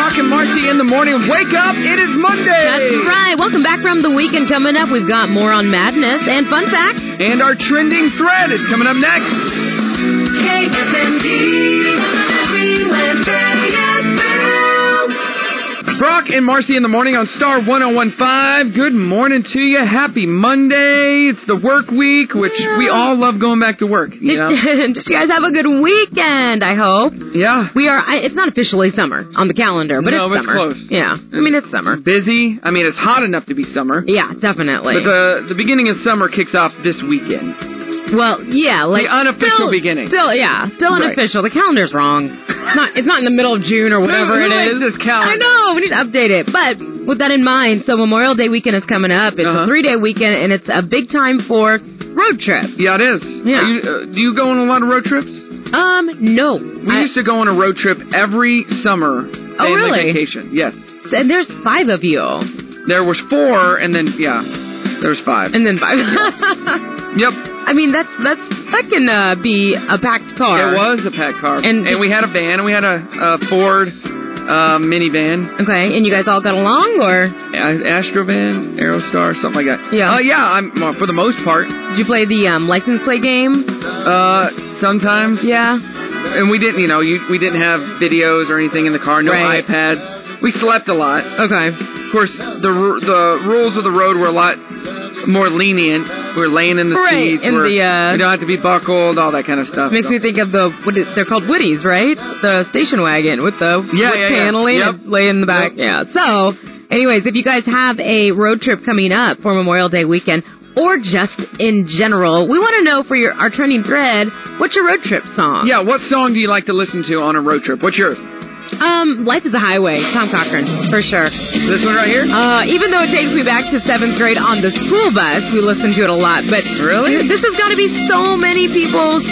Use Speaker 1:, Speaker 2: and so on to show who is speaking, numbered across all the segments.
Speaker 1: 6.30 in the morning. Wake up, it is Monday.
Speaker 2: That's right. Welcome back from the weekend. Coming up, we've got more on madness and fun facts.
Speaker 1: And our trending thread is coming up next. Brock and Marcy in the morning on Star 1015. Good morning to you. Happy Monday. It's the work week, which we all love going back to work, you know?
Speaker 2: Did you guys have a good weekend? I hope
Speaker 1: yeah.
Speaker 2: we are. I, it's not officially summer on the calendar, but
Speaker 1: No,
Speaker 2: it's
Speaker 1: but it's
Speaker 2: summer.
Speaker 1: close.
Speaker 2: Yeah, I mean it's summer.
Speaker 1: Busy. I mean, it's hot enough to be summer.
Speaker 2: Yeah, definitely.
Speaker 1: But the, the beginning of summer kicks off this weekend.
Speaker 2: well, yeah, like
Speaker 1: The unofficial
Speaker 2: still-
Speaker 1: beginning.
Speaker 2: Still, yeah, still
Speaker 1: Right.
Speaker 2: unofficial. The calendar's wrong. It's not. It's not in the middle of June or whatever
Speaker 1: Who-
Speaker 2: it
Speaker 1: who makes
Speaker 2: is.
Speaker 1: this
Speaker 2: I
Speaker 1: calendar?
Speaker 2: know. We need to update it. But with that in mind, so Memorial Day weekend is coming up. It's a
Speaker 1: Uh-huh.
Speaker 2: three-day weekend, and it's a big time for road trips.
Speaker 1: Yeah, it is.
Speaker 2: Yeah.
Speaker 1: Are you, uh, do you go on a lot of road trips?
Speaker 2: Um, no.
Speaker 1: We
Speaker 2: I-
Speaker 1: used to go on a road trip every summer.
Speaker 2: Oh,
Speaker 1: family
Speaker 2: really?
Speaker 1: Vacation. Yes.
Speaker 2: and there's five of you,
Speaker 1: There was four, and then yeah, there was five.
Speaker 2: and then five.
Speaker 1: yep.
Speaker 2: I mean, that's that's that can uh, be a packed car.
Speaker 1: It was a packed car,
Speaker 2: And-
Speaker 1: we had a van, and we had a, a Ford uh, minivan,
Speaker 2: Okay, and you guys all got along, or
Speaker 1: a- Astro van, Aerostar, something like that.
Speaker 2: Yeah.
Speaker 1: Uh, yeah. I'm well, for the most part.
Speaker 2: did you play the um, license plate game?
Speaker 1: Uh, sometimes.
Speaker 2: Yeah.
Speaker 1: And we didn't, you know, you, we didn't have videos or anything in the car. No
Speaker 2: Right.
Speaker 1: iPads. We slept a lot.
Speaker 2: Okay.
Speaker 1: Of course, the ru- the rules of the road were a lot more lenient. We're laying in the
Speaker 2: Right,
Speaker 1: seats.
Speaker 2: in
Speaker 1: we're,
Speaker 2: the, uh,
Speaker 1: we don't have to be buckled, all that kind of stuff.
Speaker 2: Makes me
Speaker 1: so.
Speaker 2: think of the what is, they're called Woodies, right? The station wagon with the wood
Speaker 1: Yeah, yeah, yeah.
Speaker 2: paneling
Speaker 1: Yep.
Speaker 2: and lay in the back.
Speaker 1: Yep.
Speaker 2: Yeah. So, anyways, if you guys have a road trip coming up for Memorial Day weekend or just in general, we want to know for your our trending thread, what's your road trip song?
Speaker 1: Yeah, what song do you like to listen to on a road trip? What's yours?
Speaker 2: Um, Life is a Highway, Tom Cochran, for sure.
Speaker 1: This one right here?
Speaker 2: Uh, even though it takes me back to seventh grade on the school bus, we listen to it a lot. But
Speaker 1: Really?
Speaker 2: this has got to be so many people's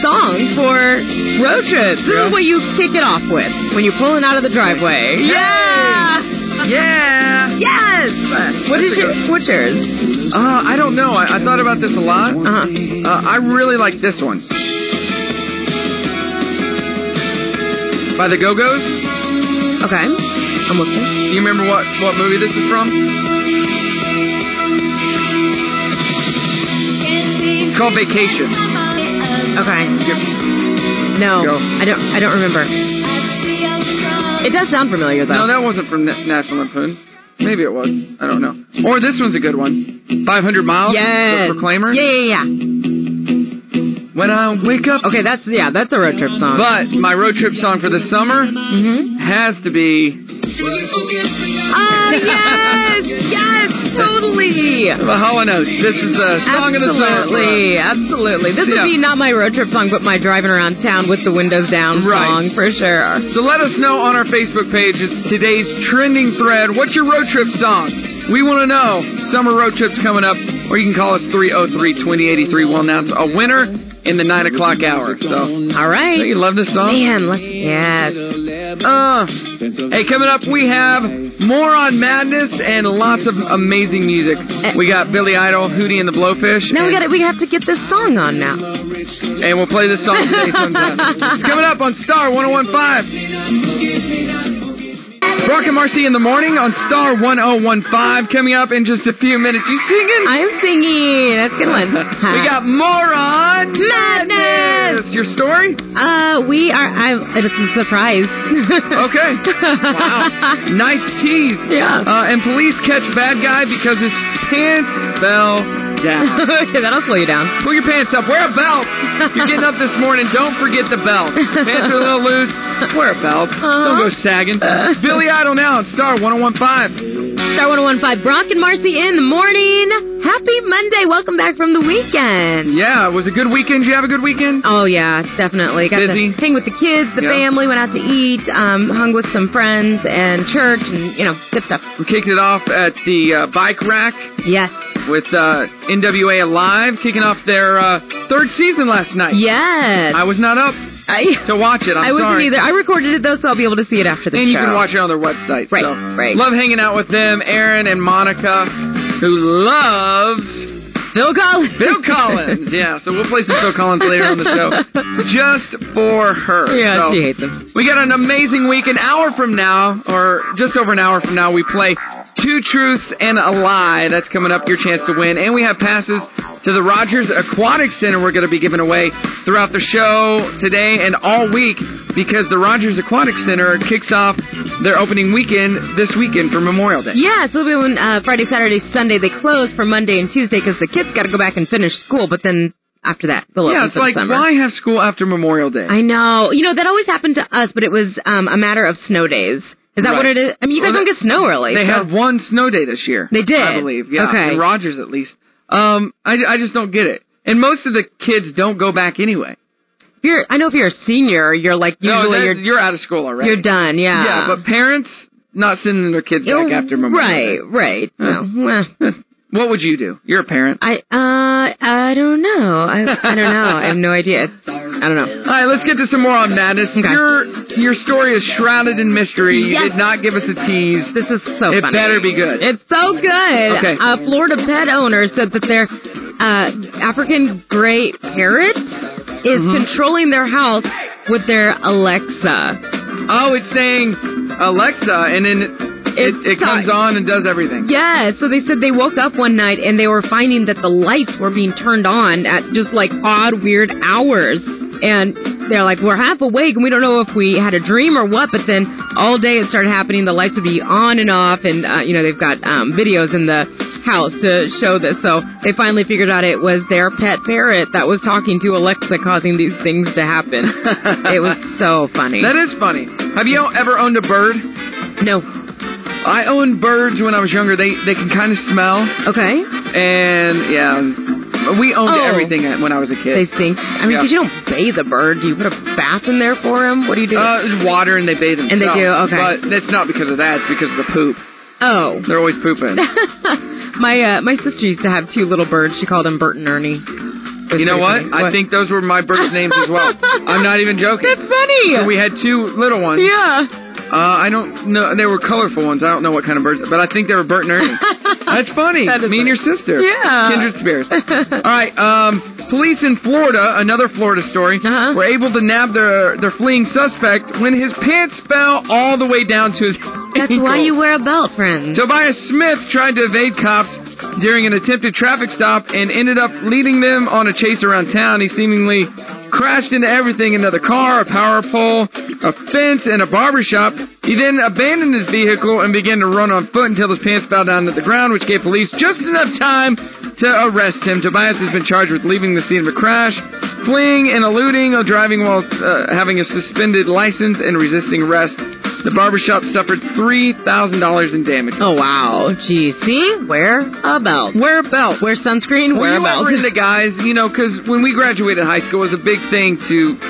Speaker 2: song for road trips. This
Speaker 1: Yeah.
Speaker 2: is what you kick it off with when you're pulling out of the driveway. Yeah.
Speaker 1: Yeah.
Speaker 2: Yes. What is
Speaker 1: That's a
Speaker 2: your
Speaker 1: good
Speaker 2: what's yours?
Speaker 1: Uh, I don't know. I, I thought about this a lot.
Speaker 2: Uh huh.
Speaker 1: Uh, I really like this one. By the Go Go's?
Speaker 2: Okay. I'm listening.
Speaker 1: You remember what, what movie this is from? It's called Vacation.
Speaker 2: Okay.
Speaker 1: Yep.
Speaker 2: No,
Speaker 1: Go.
Speaker 2: I don't. I don't remember. It does sound familiar though.
Speaker 1: No, that wasn't from Na- National Lampoon. Maybe it was. I don't know. Or this one's a good one. 500 Miles?
Speaker 2: yes.
Speaker 1: The Proclaimer?
Speaker 2: Yeah, yeah, yeah.
Speaker 1: When I wake up.
Speaker 2: Okay, that's yeah, that's a road trip song.
Speaker 1: But my road trip song for the summer
Speaker 2: hmm
Speaker 1: has to be
Speaker 2: Oh yes, yes, totally.
Speaker 1: The Hall and Oates. This is the song of the summer. for us.
Speaker 2: absolutely, absolutely. This
Speaker 1: Yeah.
Speaker 2: would be not my road trip song, but my driving around town with the windows down
Speaker 1: Right.
Speaker 2: song for sure.
Speaker 1: So let us know on our Facebook page. It's today's trending thread. What's your road trip song? We want to know. Summer road trips coming up, or you can call us 303 2083. We'll announce a winner in the 9 o'clock hour. So,
Speaker 2: All
Speaker 1: do you
Speaker 2: right,
Speaker 1: love this song?
Speaker 2: man. Let's, yes.
Speaker 1: Uh, hey, coming up, we have more on madness and lots of amazing music. We got Billy Idol, Hootie and the Blowfish.
Speaker 2: Now we
Speaker 1: and-
Speaker 2: got to we have to get this song on now.
Speaker 1: And we'll play this song today sometime. it's coming up on Star 1015. Brock and Marcy in the morning on Star 1015. Coming up in just a few minutes. You singing?
Speaker 2: I'm singing. That's a good one.
Speaker 1: we got more on
Speaker 2: madness.
Speaker 1: Madness. Your story?
Speaker 2: Uh, we are. I'm. It's a surprise.
Speaker 1: Okay. Wow. nice tease.
Speaker 2: Yeah.
Speaker 1: Uh, and police catch bad guy because his pants fell down.
Speaker 2: okay, that'll slow you down.
Speaker 1: Pull your pants up. Wear a belt. You're getting up this morning. Don't forget the belt. Pants are a little loose. Wear a belt.
Speaker 2: Uh-huh.
Speaker 1: Don't go sagging. Billy Idol now at Star 1015.
Speaker 2: Star 1015, Brock and Marcy in the morning. Happy Monday. Welcome back from the weekend.
Speaker 1: Yeah, it was a good weekend. Did you have a good weekend?
Speaker 2: Oh, yeah, definitely. Got
Speaker 1: Busy.
Speaker 2: to hang with the kids, the
Speaker 1: Yeah.
Speaker 2: family, went out to eat, um, hung with some friends and church and, you know, good stuff.
Speaker 1: We kicked it off at the uh, bike rack
Speaker 2: Yes.
Speaker 1: with uh, NWA Alive kicking off their uh, third season last night.
Speaker 2: Yes.
Speaker 1: I was not up
Speaker 2: I,
Speaker 1: to watch it. I'm
Speaker 2: I wasn't
Speaker 1: sorry.
Speaker 2: either. I recorded it, though, so I'll be able to see it after the
Speaker 1: And
Speaker 2: show.
Speaker 1: you can watch it on their website.
Speaker 2: Right,
Speaker 1: so.
Speaker 2: right.
Speaker 1: Love hanging out with them, Aaron and Monica, who loves
Speaker 2: Phil Collins.
Speaker 1: Phil Collins. Yeah, so we'll play some Phil Collins later on the show, just for her.
Speaker 2: Yeah,
Speaker 1: So
Speaker 2: she hates him.
Speaker 1: We got an amazing week. An hour from now, or just over an hour from now, we play Two Truths and a Lie. That's coming up. Your chance to win, and we have passes to the Rogers Aquatic Center. We're going to be giving away throughout the show today and all week because the Rogers Aquatic Center kicks off their opening weekend this weekend for Memorial Day.
Speaker 2: Yeah, so it'll be when uh, Friday, Saturday, Sunday they close for Monday and Tuesday because the kids got to go back and finish school. But then after that, they'll open
Speaker 1: Yeah, it's
Speaker 2: for the
Speaker 1: like
Speaker 2: summer.
Speaker 1: why have school after Memorial Day?
Speaker 2: I know. You know that always happened to us, but it was um, a matter of snow days. Is that
Speaker 1: Right.
Speaker 2: what it is? I mean, you guys
Speaker 1: Well,
Speaker 2: don't get snow early.
Speaker 1: They
Speaker 2: so-
Speaker 1: had one snow day this year.
Speaker 2: They did?
Speaker 1: I believe. Yeah.
Speaker 2: Okay.
Speaker 1: In Rogers, at least. Um, I, I just don't get it. And most of the kids don't go back anyway.
Speaker 2: If you're, I know if you're a senior, you're like usually
Speaker 1: no, that-
Speaker 2: you're
Speaker 1: you're out of school already.
Speaker 2: you're done. Yeah.
Speaker 1: Yeah, but parents not sending their kids
Speaker 2: Oh,
Speaker 1: back after Memorial
Speaker 2: Right,
Speaker 1: Day.
Speaker 2: right. No. eh.
Speaker 1: What would you do? You're a parent.
Speaker 2: I uh I don't know. I I don't know. I have no idea. It's, I don't know.
Speaker 1: All right, let's get to some more on madness.
Speaker 2: Okay.
Speaker 1: Your your story is shrouded in mystery. You
Speaker 2: Yes.
Speaker 1: did not give us a tease.
Speaker 2: This is so
Speaker 1: It
Speaker 2: funny.
Speaker 1: better be good.
Speaker 2: It's so good.
Speaker 1: Okay.
Speaker 2: A Florida pet owner said that their uh, African gray parrot is
Speaker 1: Mm-hmm.
Speaker 2: controlling their house with their Alexa.
Speaker 1: Oh, it's saying Alexa, and then it,
Speaker 2: It's
Speaker 1: it comes
Speaker 2: time.
Speaker 1: on and does everything.
Speaker 2: Yeah, so they said they woke up one night and they were finding that the lights were being turned on at just like odd, weird hours. And they're like, we're half awake and we don't know if we had a dream or what. But then all day it started happening. The lights would be on and off. And, uh, you know, they've got um, videos in the house to show this. So they finally figured out it was their pet parrot that was talking to Alexa, causing these things to happen. it was so funny.
Speaker 1: That is funny. Have you ever owned a bird?
Speaker 2: no.
Speaker 1: I owned birds when I was younger. They they can kind of smell,
Speaker 2: Okay.
Speaker 1: and yeah, we owned
Speaker 2: Oh.
Speaker 1: everything when I was a
Speaker 2: They
Speaker 1: kid.
Speaker 2: stink. I mean,
Speaker 1: Yeah.
Speaker 2: 'cause you don't bathe a bird. Do you put a bath in there for him? What do you do?
Speaker 1: uh, it's water and they bathe
Speaker 2: And
Speaker 1: themselves.
Speaker 2: they do, okay.
Speaker 1: But that's not because of that. It's because of the poop.
Speaker 2: oh,
Speaker 1: They're always pooping.
Speaker 2: my uh, my sister used to have two little birds. She called them Bert and Ernie. It was
Speaker 1: you know
Speaker 2: pretty
Speaker 1: what?
Speaker 2: funny.
Speaker 1: I think those were my birds' names as well. I'm not even joking.
Speaker 2: that's funny.
Speaker 1: We had two little ones.
Speaker 2: yeah.
Speaker 1: Uh, I don't know. They were colorful ones. I don't know what kind of birds, but I think they were Bert and Ernie. That's funny.
Speaker 2: That is
Speaker 1: Me
Speaker 2: funny.
Speaker 1: and your sister.
Speaker 2: Yeah.
Speaker 1: Kindred spirits. All right. Um, police in Florida, another Florida story,
Speaker 2: Uh-huh.
Speaker 1: were able to nab their their fleeing suspect when his pants fell all the way down to his.
Speaker 2: That's why you wear a belt, friend.
Speaker 1: Tobias Smith tried to evade cops during an attempted traffic stop and ended up leading them on a chase around town. He seemingly crashed into everything another car, a power pole, a fence, and a barber shop. He then abandoned his vehicle and began to run on foot until his pants fell down to the ground, which gave police just enough time to arrest him. Tobias has been charged with leaving the scene of a crash, fleeing and eluding while driving while uh, having a suspended license and resisting arrest. The barbershop suffered $3,000 in damage.
Speaker 2: oh wow. Gee, see, wear a belt.
Speaker 1: Wear a belt.
Speaker 2: Wear sunscreen.
Speaker 1: Were
Speaker 2: wear
Speaker 1: you
Speaker 2: a belt.
Speaker 1: ever into guys? You know, because when we graduated high school, it was a big thing to,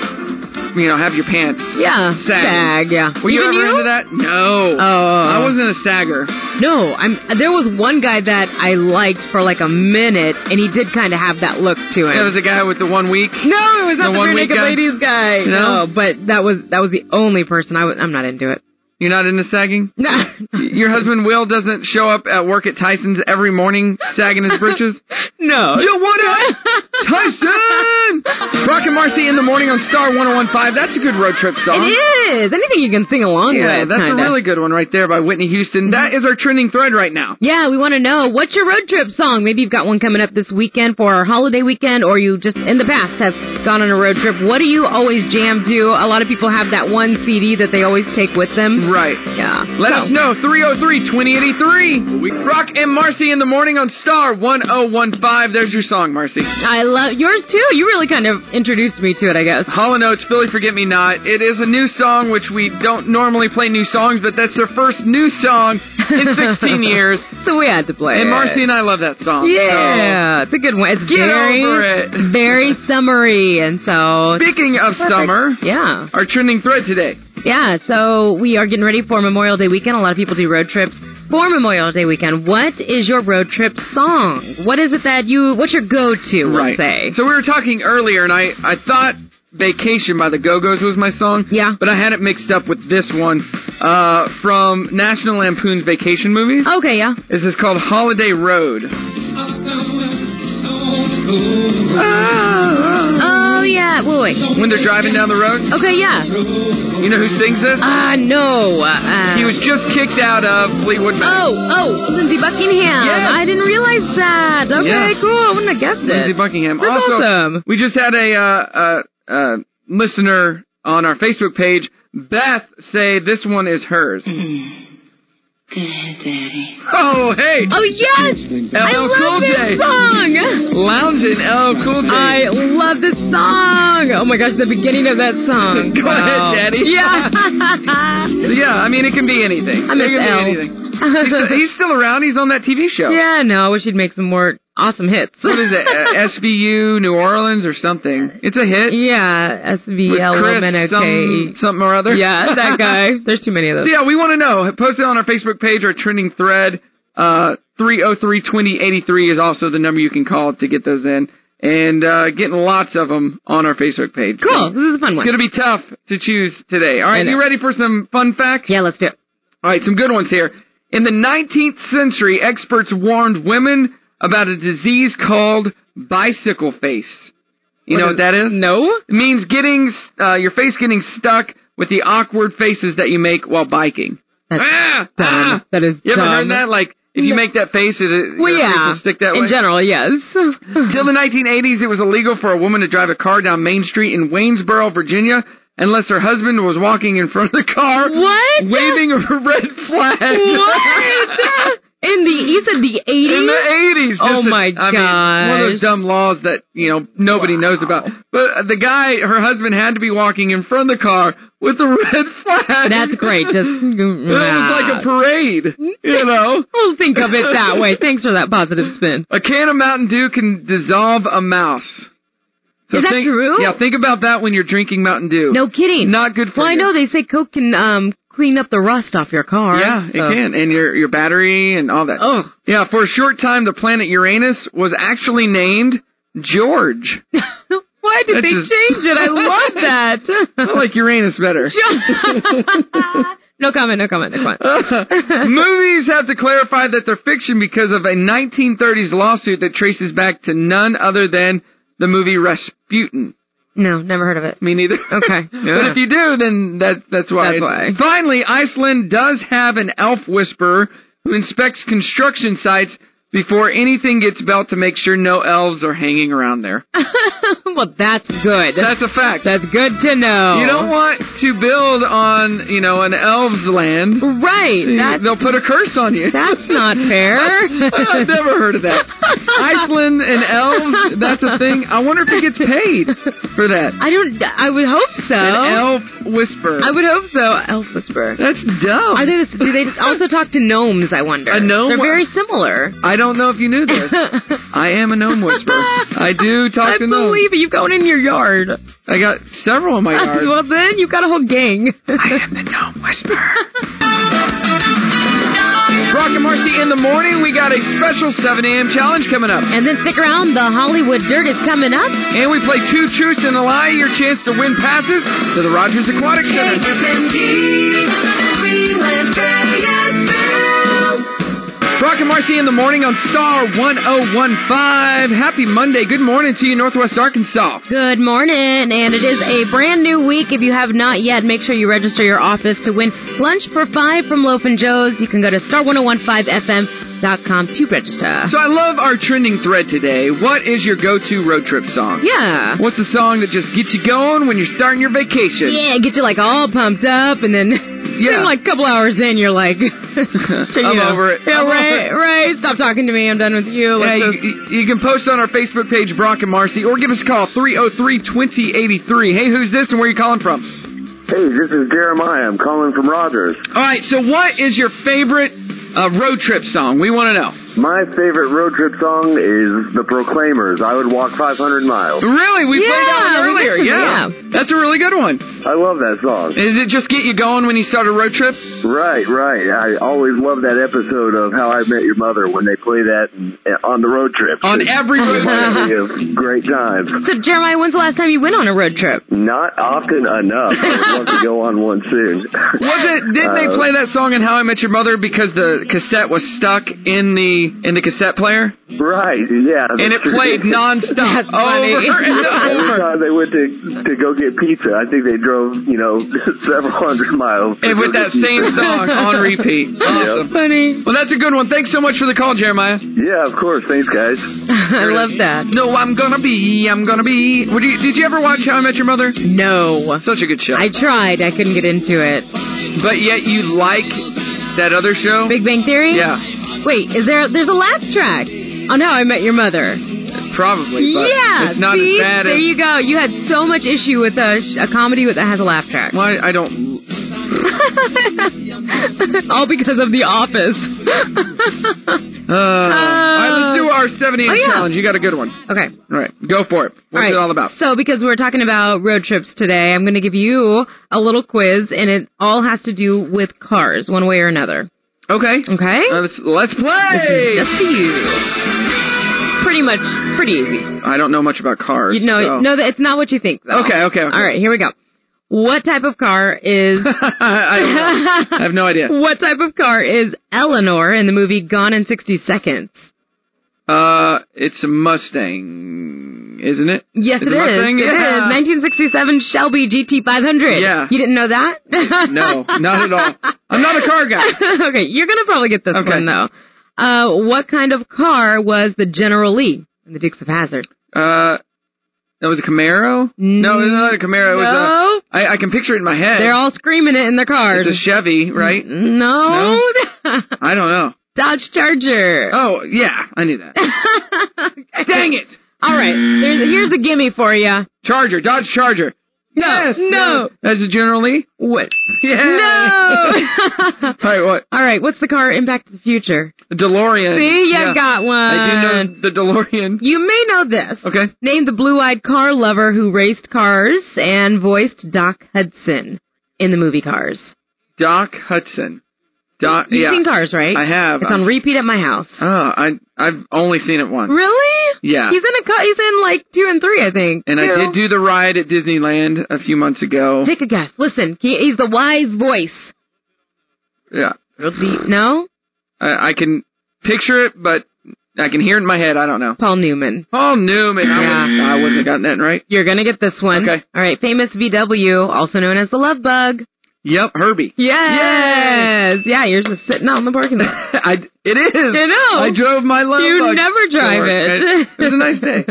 Speaker 1: you know, have your pants.
Speaker 2: yeah.
Speaker 1: Sag.
Speaker 2: Yeah.
Speaker 1: Were you
Speaker 2: Even
Speaker 1: ever
Speaker 2: you?
Speaker 1: into that? No.
Speaker 2: Oh.
Speaker 1: I wasn't a sagger.
Speaker 2: No, I'm. There was one guy that I liked for like a minute, and he did kind of have that look to him.
Speaker 1: That was the guy with the one week.
Speaker 2: No, it was not
Speaker 1: The
Speaker 2: the,
Speaker 1: one
Speaker 2: Bare
Speaker 1: week
Speaker 2: Naked
Speaker 1: guy?
Speaker 2: Ladies guy.
Speaker 1: No?
Speaker 2: but that was that was the only person I was. I'm not into it.
Speaker 1: You're not into sagging?
Speaker 2: No.
Speaker 1: Your husband Will doesn't show up at work at Tyson's every morning sagging his britches?
Speaker 2: no.
Speaker 1: Yo, what up? Tyson! Brock and Marcy in the morning on Star 1015. That's a good road trip song.
Speaker 2: It is anything you can sing along with.
Speaker 1: Yeah, that's
Speaker 2: kinda.
Speaker 1: a really good one right there by Whitney Houston. That is our trending thread right now.
Speaker 2: Yeah, we want to know what's your road trip song. Maybe you've got one coming up this weekend for our holiday weekend, or you just in the past have gone on a road trip. What do you always jam to? A lot of people have that one CD that they always take with them.
Speaker 1: Right.
Speaker 2: Yeah.
Speaker 1: Let
Speaker 2: So,
Speaker 1: us know, 303-2083. Rock and Marcy in the morning on Star 1015. There's your song, Marcy.
Speaker 2: I love yours too. You really kind of introduced me to it, I guess.
Speaker 1: Hall & Oates, Philly Forget Me Not. It is a new song, which we don't normally play new songs, but that's their first new song in 16 years.
Speaker 2: So we had to play.
Speaker 1: And
Speaker 2: it.
Speaker 1: Marcy and I love that song. So,
Speaker 2: Yeah, it's a good one. It's
Speaker 1: Get
Speaker 2: very,
Speaker 1: over it.
Speaker 2: very summery, and so
Speaker 1: Speaking of
Speaker 2: Perfect.
Speaker 1: summer,
Speaker 2: Yeah,
Speaker 1: our trending thread today.
Speaker 2: yeah. So we are getting ready for Memorial Day weekend. A lot of people do road trips for Memorial Day weekend. What is your road trip song? What is it that you? What's your go-to? Let's say.
Speaker 1: So we were talking earlier, and I, I thought Vacation by the Go Go's was my song.
Speaker 2: Yeah.
Speaker 1: But I had it mixed up with this one uh, from National
Speaker 2: Oh.
Speaker 1: Lampoon's Vacation movies.
Speaker 2: okay, yeah.
Speaker 1: This is called Holiday Road.
Speaker 3: Oh, oh, oh, oh,
Speaker 1: Ah,
Speaker 2: Oh yeah. Wait, wait.
Speaker 1: ah. When they're driving down the road,
Speaker 2: Okay, yeah.
Speaker 1: you know who sings this?
Speaker 2: Ah, no. Uh,
Speaker 1: He was just kicked out of Fleetwood Mac.
Speaker 2: Oh, oh, Lindsey Buckingham.
Speaker 1: Yes.
Speaker 2: I didn't realize that. Okay,
Speaker 1: Yeah.
Speaker 2: cool. I wouldn't have guessed it.
Speaker 1: Lindsey Buckingham.
Speaker 2: That's
Speaker 1: also,
Speaker 2: awesome.
Speaker 1: we just had a uh, uh, uh, listener on our Facebook page, Beth, say this one is hers.
Speaker 3: Go ahead, Daddy.
Speaker 1: Oh, hey,
Speaker 2: Oh yes, I
Speaker 1: LL Cool
Speaker 2: love
Speaker 1: J.
Speaker 2: this song.
Speaker 1: lounging. Oh, cool. J.
Speaker 2: I love this song. Oh my gosh, the beginning of that song.
Speaker 1: Go
Speaker 2: Wow.
Speaker 1: ahead, Daddy.
Speaker 2: Yeah.
Speaker 1: yeah, I mean it can be anything.
Speaker 2: I miss
Speaker 1: it can
Speaker 2: Elle.
Speaker 1: be anything. He's, he's still around. He's on that TV show.
Speaker 2: yeah, no, I wish he'd make some more awesome hits.
Speaker 1: What is it? Uh, SVU, New Orleans, or something? It's a hit.
Speaker 2: Yeah, S V
Speaker 1: With
Speaker 2: L
Speaker 1: Chris,
Speaker 2: M N O K
Speaker 1: some,
Speaker 2: E.
Speaker 1: something or other.
Speaker 2: Yeah, that guy. There's too many of
Speaker 1: So
Speaker 2: those.
Speaker 1: yeah, we want to know. Post it on our Facebook page or trending thread. Uh, 303-2083 is also the number you can call to get those in. And uh, getting lots of them on our Facebook page.
Speaker 2: Cool. This is a fun
Speaker 1: It's
Speaker 2: one.
Speaker 1: going to be tough to choose today. All
Speaker 2: I
Speaker 1: right,
Speaker 2: know.
Speaker 1: you ready for some fun facts?
Speaker 2: Yeah, let's do it.
Speaker 1: All right, some good ones here. In the 19th century, experts warned women about a disease called bicycle face. You know what that is?
Speaker 2: No.
Speaker 1: It means getting uh, your face getting stuck with the awkward faces that you make while biking.
Speaker 2: That's
Speaker 1: ah,
Speaker 2: Dumb.
Speaker 1: ah.
Speaker 2: That is
Speaker 1: You
Speaker 2: dumb.
Speaker 1: haven't heard that? Like if you make that face, it, it
Speaker 2: Well,
Speaker 1: your face
Speaker 2: yeah.
Speaker 1: will stick that
Speaker 2: In
Speaker 1: way.
Speaker 2: general, yes.
Speaker 1: Till the 1980s, it was illegal for a woman to drive a car down Main Street in Waynesboro, Virginia, unless her husband was walking in front of the car,
Speaker 2: What?
Speaker 1: waving a red flag.
Speaker 2: What? In the you said the
Speaker 1: In the
Speaker 2: eighties?
Speaker 1: 80s. just
Speaker 2: Oh, my
Speaker 1: I mean, one of
Speaker 2: gosh.
Speaker 1: those dumb laws that, you know, nobody knows about. But the guy, her husband, had to be walking in front of the car with a red flag.
Speaker 2: That's great. Just mm,
Speaker 1: It was like a parade, you know?
Speaker 2: We'll think of it that way. Thanks for that positive spin.
Speaker 1: A can of Mountain Dew can dissolve a mouse.
Speaker 2: Is
Speaker 1: So
Speaker 2: that
Speaker 1: think-
Speaker 2: true?
Speaker 1: Yeah, think about that when you're drinking Mountain Dew.
Speaker 2: No kidding.
Speaker 1: Not good for
Speaker 2: well, I
Speaker 1: you.
Speaker 2: know they say Coke can um clean up the rust off your car.
Speaker 1: Yeah, it
Speaker 2: so- Oh.
Speaker 1: can. And your your battery and all that.
Speaker 2: Ugh.
Speaker 1: Yeah, for a short time, the planet Uranus was actually named George.
Speaker 2: Why did
Speaker 1: That's
Speaker 2: they
Speaker 1: just-
Speaker 2: change it? I love
Speaker 1: I
Speaker 2: that.
Speaker 1: like Uranus better.
Speaker 2: no comment. No comment. No comment.
Speaker 1: Movies have to clarify that they're fiction because of a 1930s lawsuit that traces back to none other than the movie Rasputin.
Speaker 2: No, never heard of it.
Speaker 1: Me neither.
Speaker 2: Okay.
Speaker 1: But if you do, then that's that's why.
Speaker 2: That's why.
Speaker 1: Finally, Iceland does have an elf whisperer who inspects construction sites before anything gets built to make sure no elves are hanging around there.
Speaker 2: well, that's good.
Speaker 1: That's a fact.
Speaker 2: That's good to know.
Speaker 1: you don't want to build on you know an elves land.
Speaker 2: Right. That's
Speaker 1: They'll put a curse on you.
Speaker 2: that's not
Speaker 1: I've
Speaker 2: fair.
Speaker 1: never heard of that. Iceland and elves, that's a thing. I wonder if he gets paid for that.
Speaker 2: I don't. I would hope so.
Speaker 1: An elf whisper.
Speaker 2: I would hope so. Elf whisper.
Speaker 1: That's dumb.
Speaker 2: Are they? Do they also talk to gnomes? I wonder.
Speaker 1: A gnome-
Speaker 2: They're very similar.
Speaker 1: I don't know if you knew this. I am a gnome whisperer. I do talk
Speaker 2: I
Speaker 1: to gnomes.
Speaker 2: believe it. You've gone in your yard.
Speaker 1: I got several in my yard.
Speaker 2: well, then you've got a whole gang.
Speaker 1: I am the gnome whisperer. Brock and Marcy in the morning. We got a special 7 a.m. challenge coming up.
Speaker 2: and then stick around. The Hollywood Dirt is coming up.
Speaker 1: And we play Two Truths and a Lie, your chance to win passes to the Rogers Aquatic Center. Brock and Marcy in the morning on Star 1015. Happy Monday. Good morning to you, Northwest Arkansas.
Speaker 2: Good morning, and it is a brand new week. If you have not yet, make sure you register your office to win lunch for five from Loaf and Joe's. You can go to star1015fm.com to register.
Speaker 1: So I love our trending thread today. What is your go-to road trip song?
Speaker 2: Yeah.
Speaker 1: What's the song that just gets you going when you're starting your vacation?
Speaker 2: Yeah, get you like all pumped up, and then, then like a couple hours in, you're like, so, you
Speaker 1: I'm
Speaker 2: know.
Speaker 1: over it.
Speaker 2: Yeah,
Speaker 1: I'm over
Speaker 2: right,
Speaker 1: it.
Speaker 2: right. Stop talking to me. I'm done with you. Let's
Speaker 1: Yeah, you,
Speaker 2: just-
Speaker 1: you can post on our Facebook page, Brock and Marcy, or give us a call, 303-2083. Hey, who's this and where are you calling from?
Speaker 4: Hey, this is Jeremiah. I'm calling from Rogers.
Speaker 1: All right, so what is your favorite uh, road trip song? We want to know.
Speaker 4: My favorite road trip song is The Proclaimers. I would walk 500 miles.
Speaker 1: Really? We played that
Speaker 2: Yeah, we
Speaker 1: one earlier.
Speaker 2: mentioned it,
Speaker 1: yeah.
Speaker 2: yeah.
Speaker 1: That's a really good one.
Speaker 4: I love that song.
Speaker 1: Does it just get you going when you start a road trip?
Speaker 4: Right, right. I always love that episode of How I Met Your Mother when they play that on the road trip.
Speaker 1: On every road trip.
Speaker 4: great times.
Speaker 2: So, Jeremiah, when's the last time you went on a road trip?
Speaker 4: Not often enough. I would love to go on one soon.
Speaker 1: Was it? Did they
Speaker 4: Uh,
Speaker 1: play that song in How I Met Your Mother because the cassette was stuck in the in the cassette player
Speaker 4: Right, yeah.
Speaker 1: and it played nonstop
Speaker 2: That's funny.
Speaker 1: over and
Speaker 4: Every
Speaker 1: over?
Speaker 4: time they went to to go get pizza, I think they drove, you know, several hundred miles. to
Speaker 1: And
Speaker 4: go
Speaker 1: with
Speaker 4: get
Speaker 1: that same
Speaker 4: pizza.
Speaker 1: song on repeat. Awesome.
Speaker 2: Funny.
Speaker 1: Well, that's a good one. Thanks so much for the call, Jeremiah.
Speaker 4: Yeah, of course. Thanks, guys.
Speaker 2: I love that.
Speaker 1: No, I'm gonna be. I'm gonna be. Would you, did you ever watch How I Met Your Mother?
Speaker 2: No.
Speaker 1: Such a good show.
Speaker 2: I tried. I couldn't get into it.
Speaker 1: but yet you like that other show?
Speaker 2: Big Bang Theory?
Speaker 1: Yeah.
Speaker 2: Wait, is there? There's a laugh track on How I Met Your Mother.
Speaker 1: Probably. But
Speaker 2: yeah.
Speaker 1: It's not
Speaker 2: see?
Speaker 1: as bad
Speaker 2: there
Speaker 1: as.
Speaker 2: you go. You had so much issue with a, sh- a comedy that has a laugh track.
Speaker 1: Why I don't.
Speaker 2: All because of The Office.
Speaker 1: Uh, all right, let's do our 78
Speaker 2: oh, yeah.
Speaker 1: challenge. You got a good one.
Speaker 2: okay.
Speaker 1: All right, go for it. What's
Speaker 2: Alright,
Speaker 1: it all about?
Speaker 2: So, because we're talking about road trips today, I'm going to give you a little quiz, and it all has to do with cars, one way or another.
Speaker 1: Okay.
Speaker 2: Okay?
Speaker 1: Uh, let's, let's play.
Speaker 2: Just for you. Pretty much, pretty easy.
Speaker 1: I don't know much about cars.
Speaker 2: You know,
Speaker 1: so-
Speaker 2: no, that- it's not what you think. Though.
Speaker 1: Okay, okay, okay.
Speaker 2: All right, here we go. What type of car is
Speaker 1: I, don't know. I have no idea.
Speaker 2: what type of car is Eleanor in the movie Gone in 60 Seconds?
Speaker 1: Uh, it's a Mustang, isn't it?
Speaker 2: Yes,
Speaker 1: It's
Speaker 2: it is.
Speaker 1: a Mustang? Ah.
Speaker 2: It
Speaker 1: Yeah.
Speaker 2: is. 1967 Shelby GT500.
Speaker 1: Yeah.
Speaker 2: You didn't know that?
Speaker 1: No, not at all. I'm not a car guy.
Speaker 2: okay, you're gonna probably get this
Speaker 1: Okay.
Speaker 2: one though. Uh, what kind of car was the General Lee in the Dukes of Hazard?
Speaker 1: Uh, that was a Camaro. No, it's not a Camaro. It was uh,
Speaker 2: no,
Speaker 1: a, I, I can picture it in my head.
Speaker 2: they're all screaming it in their cars. Mm-hmm.
Speaker 1: it's a Chevy, right?
Speaker 2: no,
Speaker 1: I don't know.
Speaker 2: Dodge Charger.
Speaker 1: Oh, yeah, I knew that. Dang it!
Speaker 2: All right, there's, here's a gimme for you.
Speaker 1: Charger, Dodge Charger.
Speaker 2: No,
Speaker 1: yes,
Speaker 2: no,
Speaker 1: That's a General Lee.
Speaker 2: what?
Speaker 1: Yeah.
Speaker 2: No.
Speaker 1: All right, what?
Speaker 2: all right, what's the car in Back to the Future?
Speaker 1: The DeLorean.
Speaker 2: See, you
Speaker 1: Yeah.
Speaker 2: got one.
Speaker 1: I do know the DeLorean.
Speaker 2: You may know this.
Speaker 1: Okay.
Speaker 2: Named the blue eyed car lover who raced cars and voiced Doc Hudson in the movie Cars.
Speaker 1: Doc Hudson. Doc.
Speaker 2: You've
Speaker 1: yeah.
Speaker 2: seen Cars, right?
Speaker 1: I have.
Speaker 2: It's on repeat at my house.
Speaker 1: Oh, I I've only seen it once.
Speaker 2: Really?
Speaker 1: Yeah.
Speaker 2: He's in a car. He's in like two and three, I think.
Speaker 1: And I
Speaker 2: Two.
Speaker 1: did do the ride at Disneyland a few months ago.
Speaker 2: Take a guess. Listen, he, he's the wise voice.
Speaker 1: Yeah.
Speaker 2: The- no,
Speaker 1: I, I can picture it, but I can hear it in my head. I don't know.
Speaker 2: Paul Newman.
Speaker 1: Paul Newman. I, wouldn't, I wouldn't have gotten that right.
Speaker 2: You're gonna get this one.
Speaker 1: Okay.
Speaker 2: All right. Famous VW, also known as the Love Bug.
Speaker 1: Yep, Herbie.
Speaker 2: Yes. Yeah. You're just sitting out in the parking lot.
Speaker 1: I, it is.
Speaker 2: I know.
Speaker 1: I drove my love
Speaker 2: You
Speaker 1: bug
Speaker 2: never drive
Speaker 1: to work.
Speaker 2: it.
Speaker 1: It was a nice day.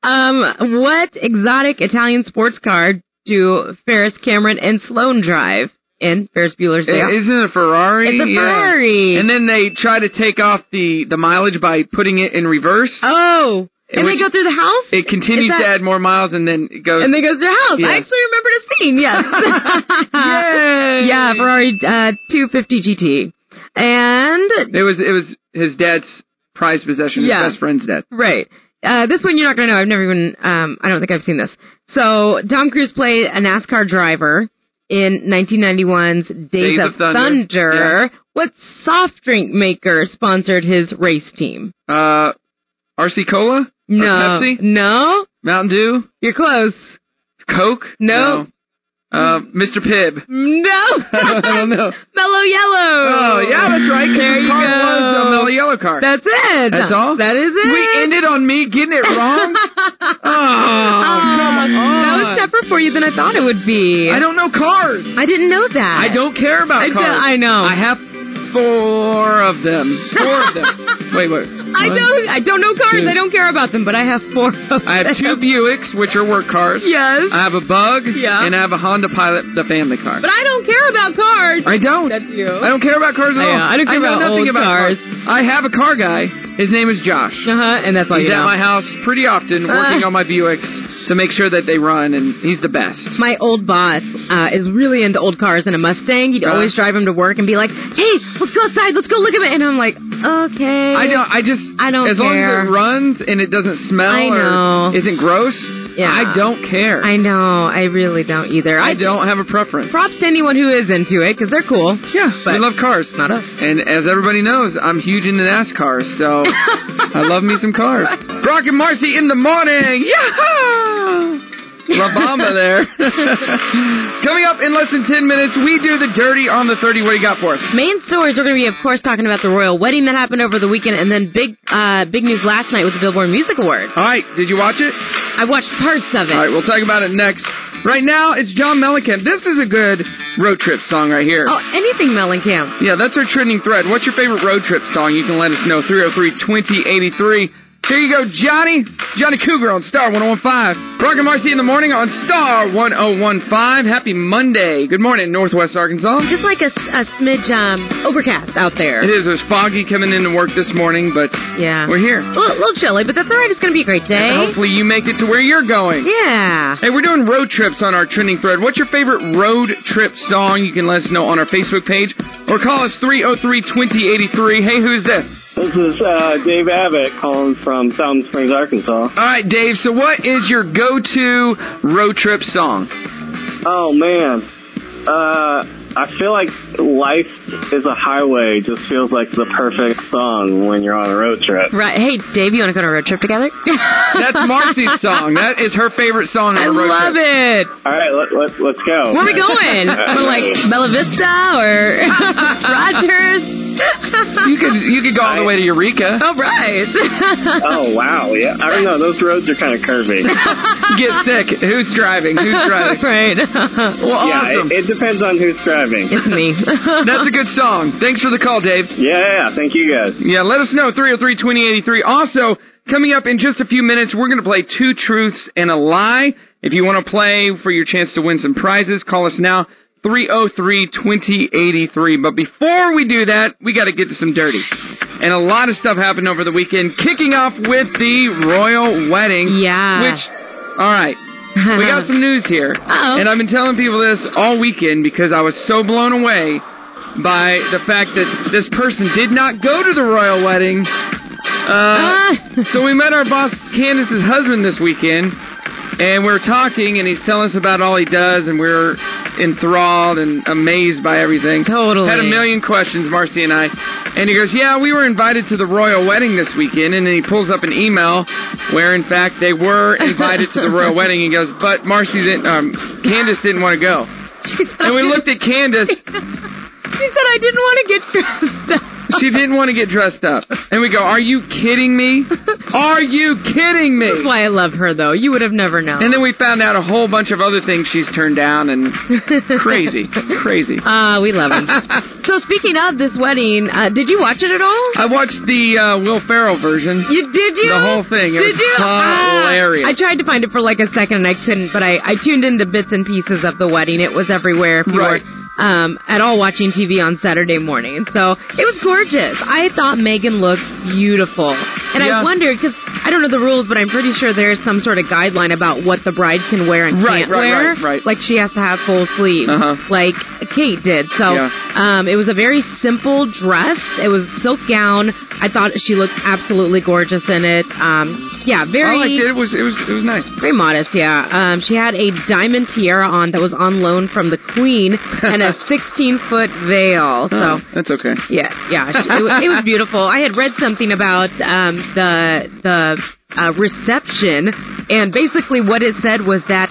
Speaker 2: Um, what exotic Italian sports car do Ferris Cameron and Sloan drive in Ferris Bueller's Day Off?
Speaker 1: Isn't it a Ferrari?
Speaker 2: It's a
Speaker 1: Yeah.
Speaker 2: Ferrari.
Speaker 1: And then they try to take off the, the mileage by putting it in reverse.
Speaker 2: oh, and
Speaker 1: which-
Speaker 2: they go through the house,
Speaker 1: It continues
Speaker 2: Is that-
Speaker 1: to add more miles, and then it goes.
Speaker 2: and they go through the house. I
Speaker 1: Yeah.
Speaker 2: actually remember the scene. Yes.
Speaker 1: Yay!
Speaker 2: yeah, Ferrari uh, 250 GT, and
Speaker 1: It was it was his dad's prized possession. His
Speaker 2: Yeah.
Speaker 1: best friend's dad.
Speaker 2: right. Uh, this one you're not gonna know. I've never even. Um, I don't think I've seen this. So Tom Cruise played a NASCAR driver in 1991's Days,
Speaker 1: Days of Thunder.
Speaker 2: Thunder. What soft drink maker sponsored his race team?
Speaker 1: Uh, RC Cola,
Speaker 2: No.
Speaker 1: Pepsi?
Speaker 2: No.
Speaker 1: Mountain Dew,
Speaker 2: You're close.
Speaker 1: Coke.
Speaker 2: No.
Speaker 1: No. Uh, Mr. Pibb.
Speaker 2: No.
Speaker 1: I don't know.
Speaker 2: Mellow Yellow.
Speaker 1: Oh yeah, that's right. 'cause
Speaker 2: There
Speaker 1: his
Speaker 2: you
Speaker 1: car
Speaker 2: go.
Speaker 1: was a mellow yellow car.
Speaker 2: That's it.
Speaker 1: That's all?
Speaker 2: That is it.
Speaker 1: we ended on me getting it wrong. oh, come on.
Speaker 2: That was tougher for you than I thought it would be.
Speaker 1: I don't know cars.
Speaker 2: I didn't know that.
Speaker 1: I don't care about
Speaker 2: I
Speaker 1: cars.
Speaker 2: don't- I know.
Speaker 1: I have four of them. Four of them. Wait, wait.
Speaker 2: I
Speaker 1: One,
Speaker 2: don't. I don't know cars.
Speaker 1: Two.
Speaker 2: I don't care about them, but I have four of
Speaker 1: I have two
Speaker 2: them.
Speaker 1: Buicks, which are work cars.
Speaker 2: Yes.
Speaker 1: I have a Bug.
Speaker 2: Yeah.
Speaker 1: And I have a Honda Pilot, the family car.
Speaker 2: but I don't care about cars.
Speaker 1: I don't.
Speaker 2: That's you.
Speaker 1: I don't care about cars at
Speaker 2: I
Speaker 1: all.
Speaker 2: know. I don't care
Speaker 1: know
Speaker 2: about
Speaker 1: nothing
Speaker 2: old
Speaker 1: about
Speaker 2: cars.
Speaker 1: I have a car guy. His name is Josh.
Speaker 2: uh-huh, and that's all
Speaker 1: He's
Speaker 2: you
Speaker 1: at
Speaker 2: know.
Speaker 1: my house pretty often, working on my Buicks to make sure that they run, and he's the best.
Speaker 2: my old boss uh, is really into old cars and a Mustang. He'd
Speaker 1: Uh.
Speaker 2: always drive him to work and be like, "Hey, let's go outside. Let's go look at it." And I'm like, "Okay."
Speaker 1: I don't. I just.
Speaker 2: I don't
Speaker 1: As long as
Speaker 2: care.
Speaker 1: it runs and it doesn't smell
Speaker 2: I know.
Speaker 1: or isn't gross,
Speaker 2: Yeah.
Speaker 1: I don't care.
Speaker 2: I know. I really don't either.
Speaker 1: I
Speaker 2: I,
Speaker 1: don't have a preference.
Speaker 2: Props to anyone who is into it because they're cool.
Speaker 1: Yeah,
Speaker 2: but
Speaker 1: we love cars.
Speaker 2: not us.
Speaker 1: And as everybody knows, I'm huge into NASCAR, so I love me some cars. Brock and Marcy in the morning. Yeah. La Bamba there. Coming up in less than 10 minutes, we do the dirty on the 30. What do you got for us?
Speaker 2: Main stories are going to be, of course, talking about the royal wedding that happened over the weekend, and then big, uh, big news last night with the Billboard Music Awards.
Speaker 1: All right, did you watch it?
Speaker 2: I watched parts of it.
Speaker 1: All right, we'll talk about it next. Right now, it's John Mellencamp. This is a good road trip song right here.
Speaker 2: Oh, anything Mellencamp.
Speaker 1: Yeah, that's our trending thread. What's your favorite road trip song? You can let us know. 303-2083. Here you go, Johnny. Johnny Cougar on Star 1015. Brock and Marcy in the morning on Star 1015. Happy Monday. Good morning, Northwest Arkansas.
Speaker 2: Just like a, s- a smidge um, overcast out there.
Speaker 1: It is. It was foggy coming into work this morning, but
Speaker 2: Yeah.
Speaker 1: we're
Speaker 2: A
Speaker 1: here.
Speaker 2: little, little chilly, but that's all right. It's going to be a great day.
Speaker 1: Hopefully you make it to where you're going.
Speaker 2: Yeah.
Speaker 1: Hey, we're doing road trips on our trending thread. What's your favorite road trip song? You can let us know on our Facebook page or call us 303-2083. Hey, who's this?
Speaker 5: This is uh, Dave Abbott calling from Fountain Springs, Arkansas.
Speaker 1: All right, Dave. So, what is your go-to road trip song?
Speaker 5: Oh man, uh, I feel like life is a highway. Just feels like the perfect song when you're on a road trip.
Speaker 2: Right. Hey, Dave, you want to go on a road trip together?
Speaker 1: That's Marcy's song. That is her favorite song
Speaker 2: I
Speaker 1: on a road
Speaker 2: love
Speaker 1: trip.
Speaker 2: it.
Speaker 5: All right, let, let, let's go.
Speaker 2: Where are we going? We're like Bella Vista or Rogers.
Speaker 1: You could you could go all the way to Eureka.
Speaker 2: All right.
Speaker 5: Oh wow, yeah. I don't know. Those roads are kind of curvy.
Speaker 1: Get sick. Who's driving? Who's driving?
Speaker 2: right.
Speaker 1: Well,
Speaker 5: Yeah,
Speaker 1: awesome.
Speaker 5: it, it depends on who's driving.
Speaker 2: it's me.
Speaker 1: That's a good song. Thanks for the call, Dave.
Speaker 5: Yeah, thank you guys.
Speaker 1: Yeah, let us know 303-2083. Also, coming up in just a few minutes, we're going to play two truths and a lie. If you want to play for your chance to win some prizes, call us now 303-2083. But before we do that, we got to get to some dirty. And a lot of stuff happened over the weekend, kicking off with the royal wedding.
Speaker 2: Yeah.
Speaker 1: Which all right. We got some news here.
Speaker 2: Uh-oh.
Speaker 1: And I've been telling people this all weekend because I was so blown away by the fact that this person did not go to the royal wedding.
Speaker 2: Ah.
Speaker 1: Uh, so we met our boss Candace's husband this weekend, and we are talking, and he's telling us about all he does, and we are enthralled and amazed by everything.
Speaker 2: Totally.
Speaker 1: Had a million questions, Marcy and I. And he goes, Yeah, we were invited to the royal wedding this weekend. And then he pulls up an email where, in fact, they were invited to the royal wedding. He goes, But Marcy didn't, um, Candace didn't want to go.
Speaker 2: she said,
Speaker 1: And we
Speaker 2: I
Speaker 1: looked at Candace.
Speaker 2: didn't- She said I didn't want to get dressed up.
Speaker 1: She didn't want to get dressed up. And we go, Are you kidding me? Are you kidding me?
Speaker 2: That's why I love her, though. You would have never known.
Speaker 1: And then we found out a whole bunch of other things she's turned down and crazy, crazy.
Speaker 2: Ah, we love him. so speaking of this wedding, uh, did you watch it at all?
Speaker 1: I watched the uh, Will Ferrell version.
Speaker 2: You did you
Speaker 1: The whole thing. It
Speaker 2: did
Speaker 1: was
Speaker 2: you? Ah,
Speaker 1: hilarious.
Speaker 2: I tried to find it for like a second and I couldn't, but I, I tuned into bits and pieces of the wedding. It was everywhere. If you
Speaker 1: Right.
Speaker 2: were um, at all watching TV on Saturday morning, so it was gorgeous. I thought Megan looked beautiful, and I
Speaker 1: Yeah.
Speaker 2: wondered because I don't know the rules, but I'm pretty sure there's some sort of guideline about what the bride can wear and
Speaker 1: Right,
Speaker 2: can't
Speaker 1: right,
Speaker 2: wear.
Speaker 1: right, right.
Speaker 2: Like she has to have full sleeves,
Speaker 1: Uh-huh.
Speaker 2: like Kate did. So
Speaker 1: Yeah.
Speaker 2: um, it was a very simple dress. It was a silk gown. I thought she looked absolutely gorgeous in it. Um, yeah, very
Speaker 1: All Oh, I did was it was it was nice.
Speaker 2: very modest. Yeah, um, she had a diamond tiara on that was on loan from the queen and a 16 foot veil. So.
Speaker 1: Oh, that's okay.
Speaker 2: Yeah, yeah, she- it, wa- it was beautiful. I had read something about um, the the uh, reception, and basically what it said was that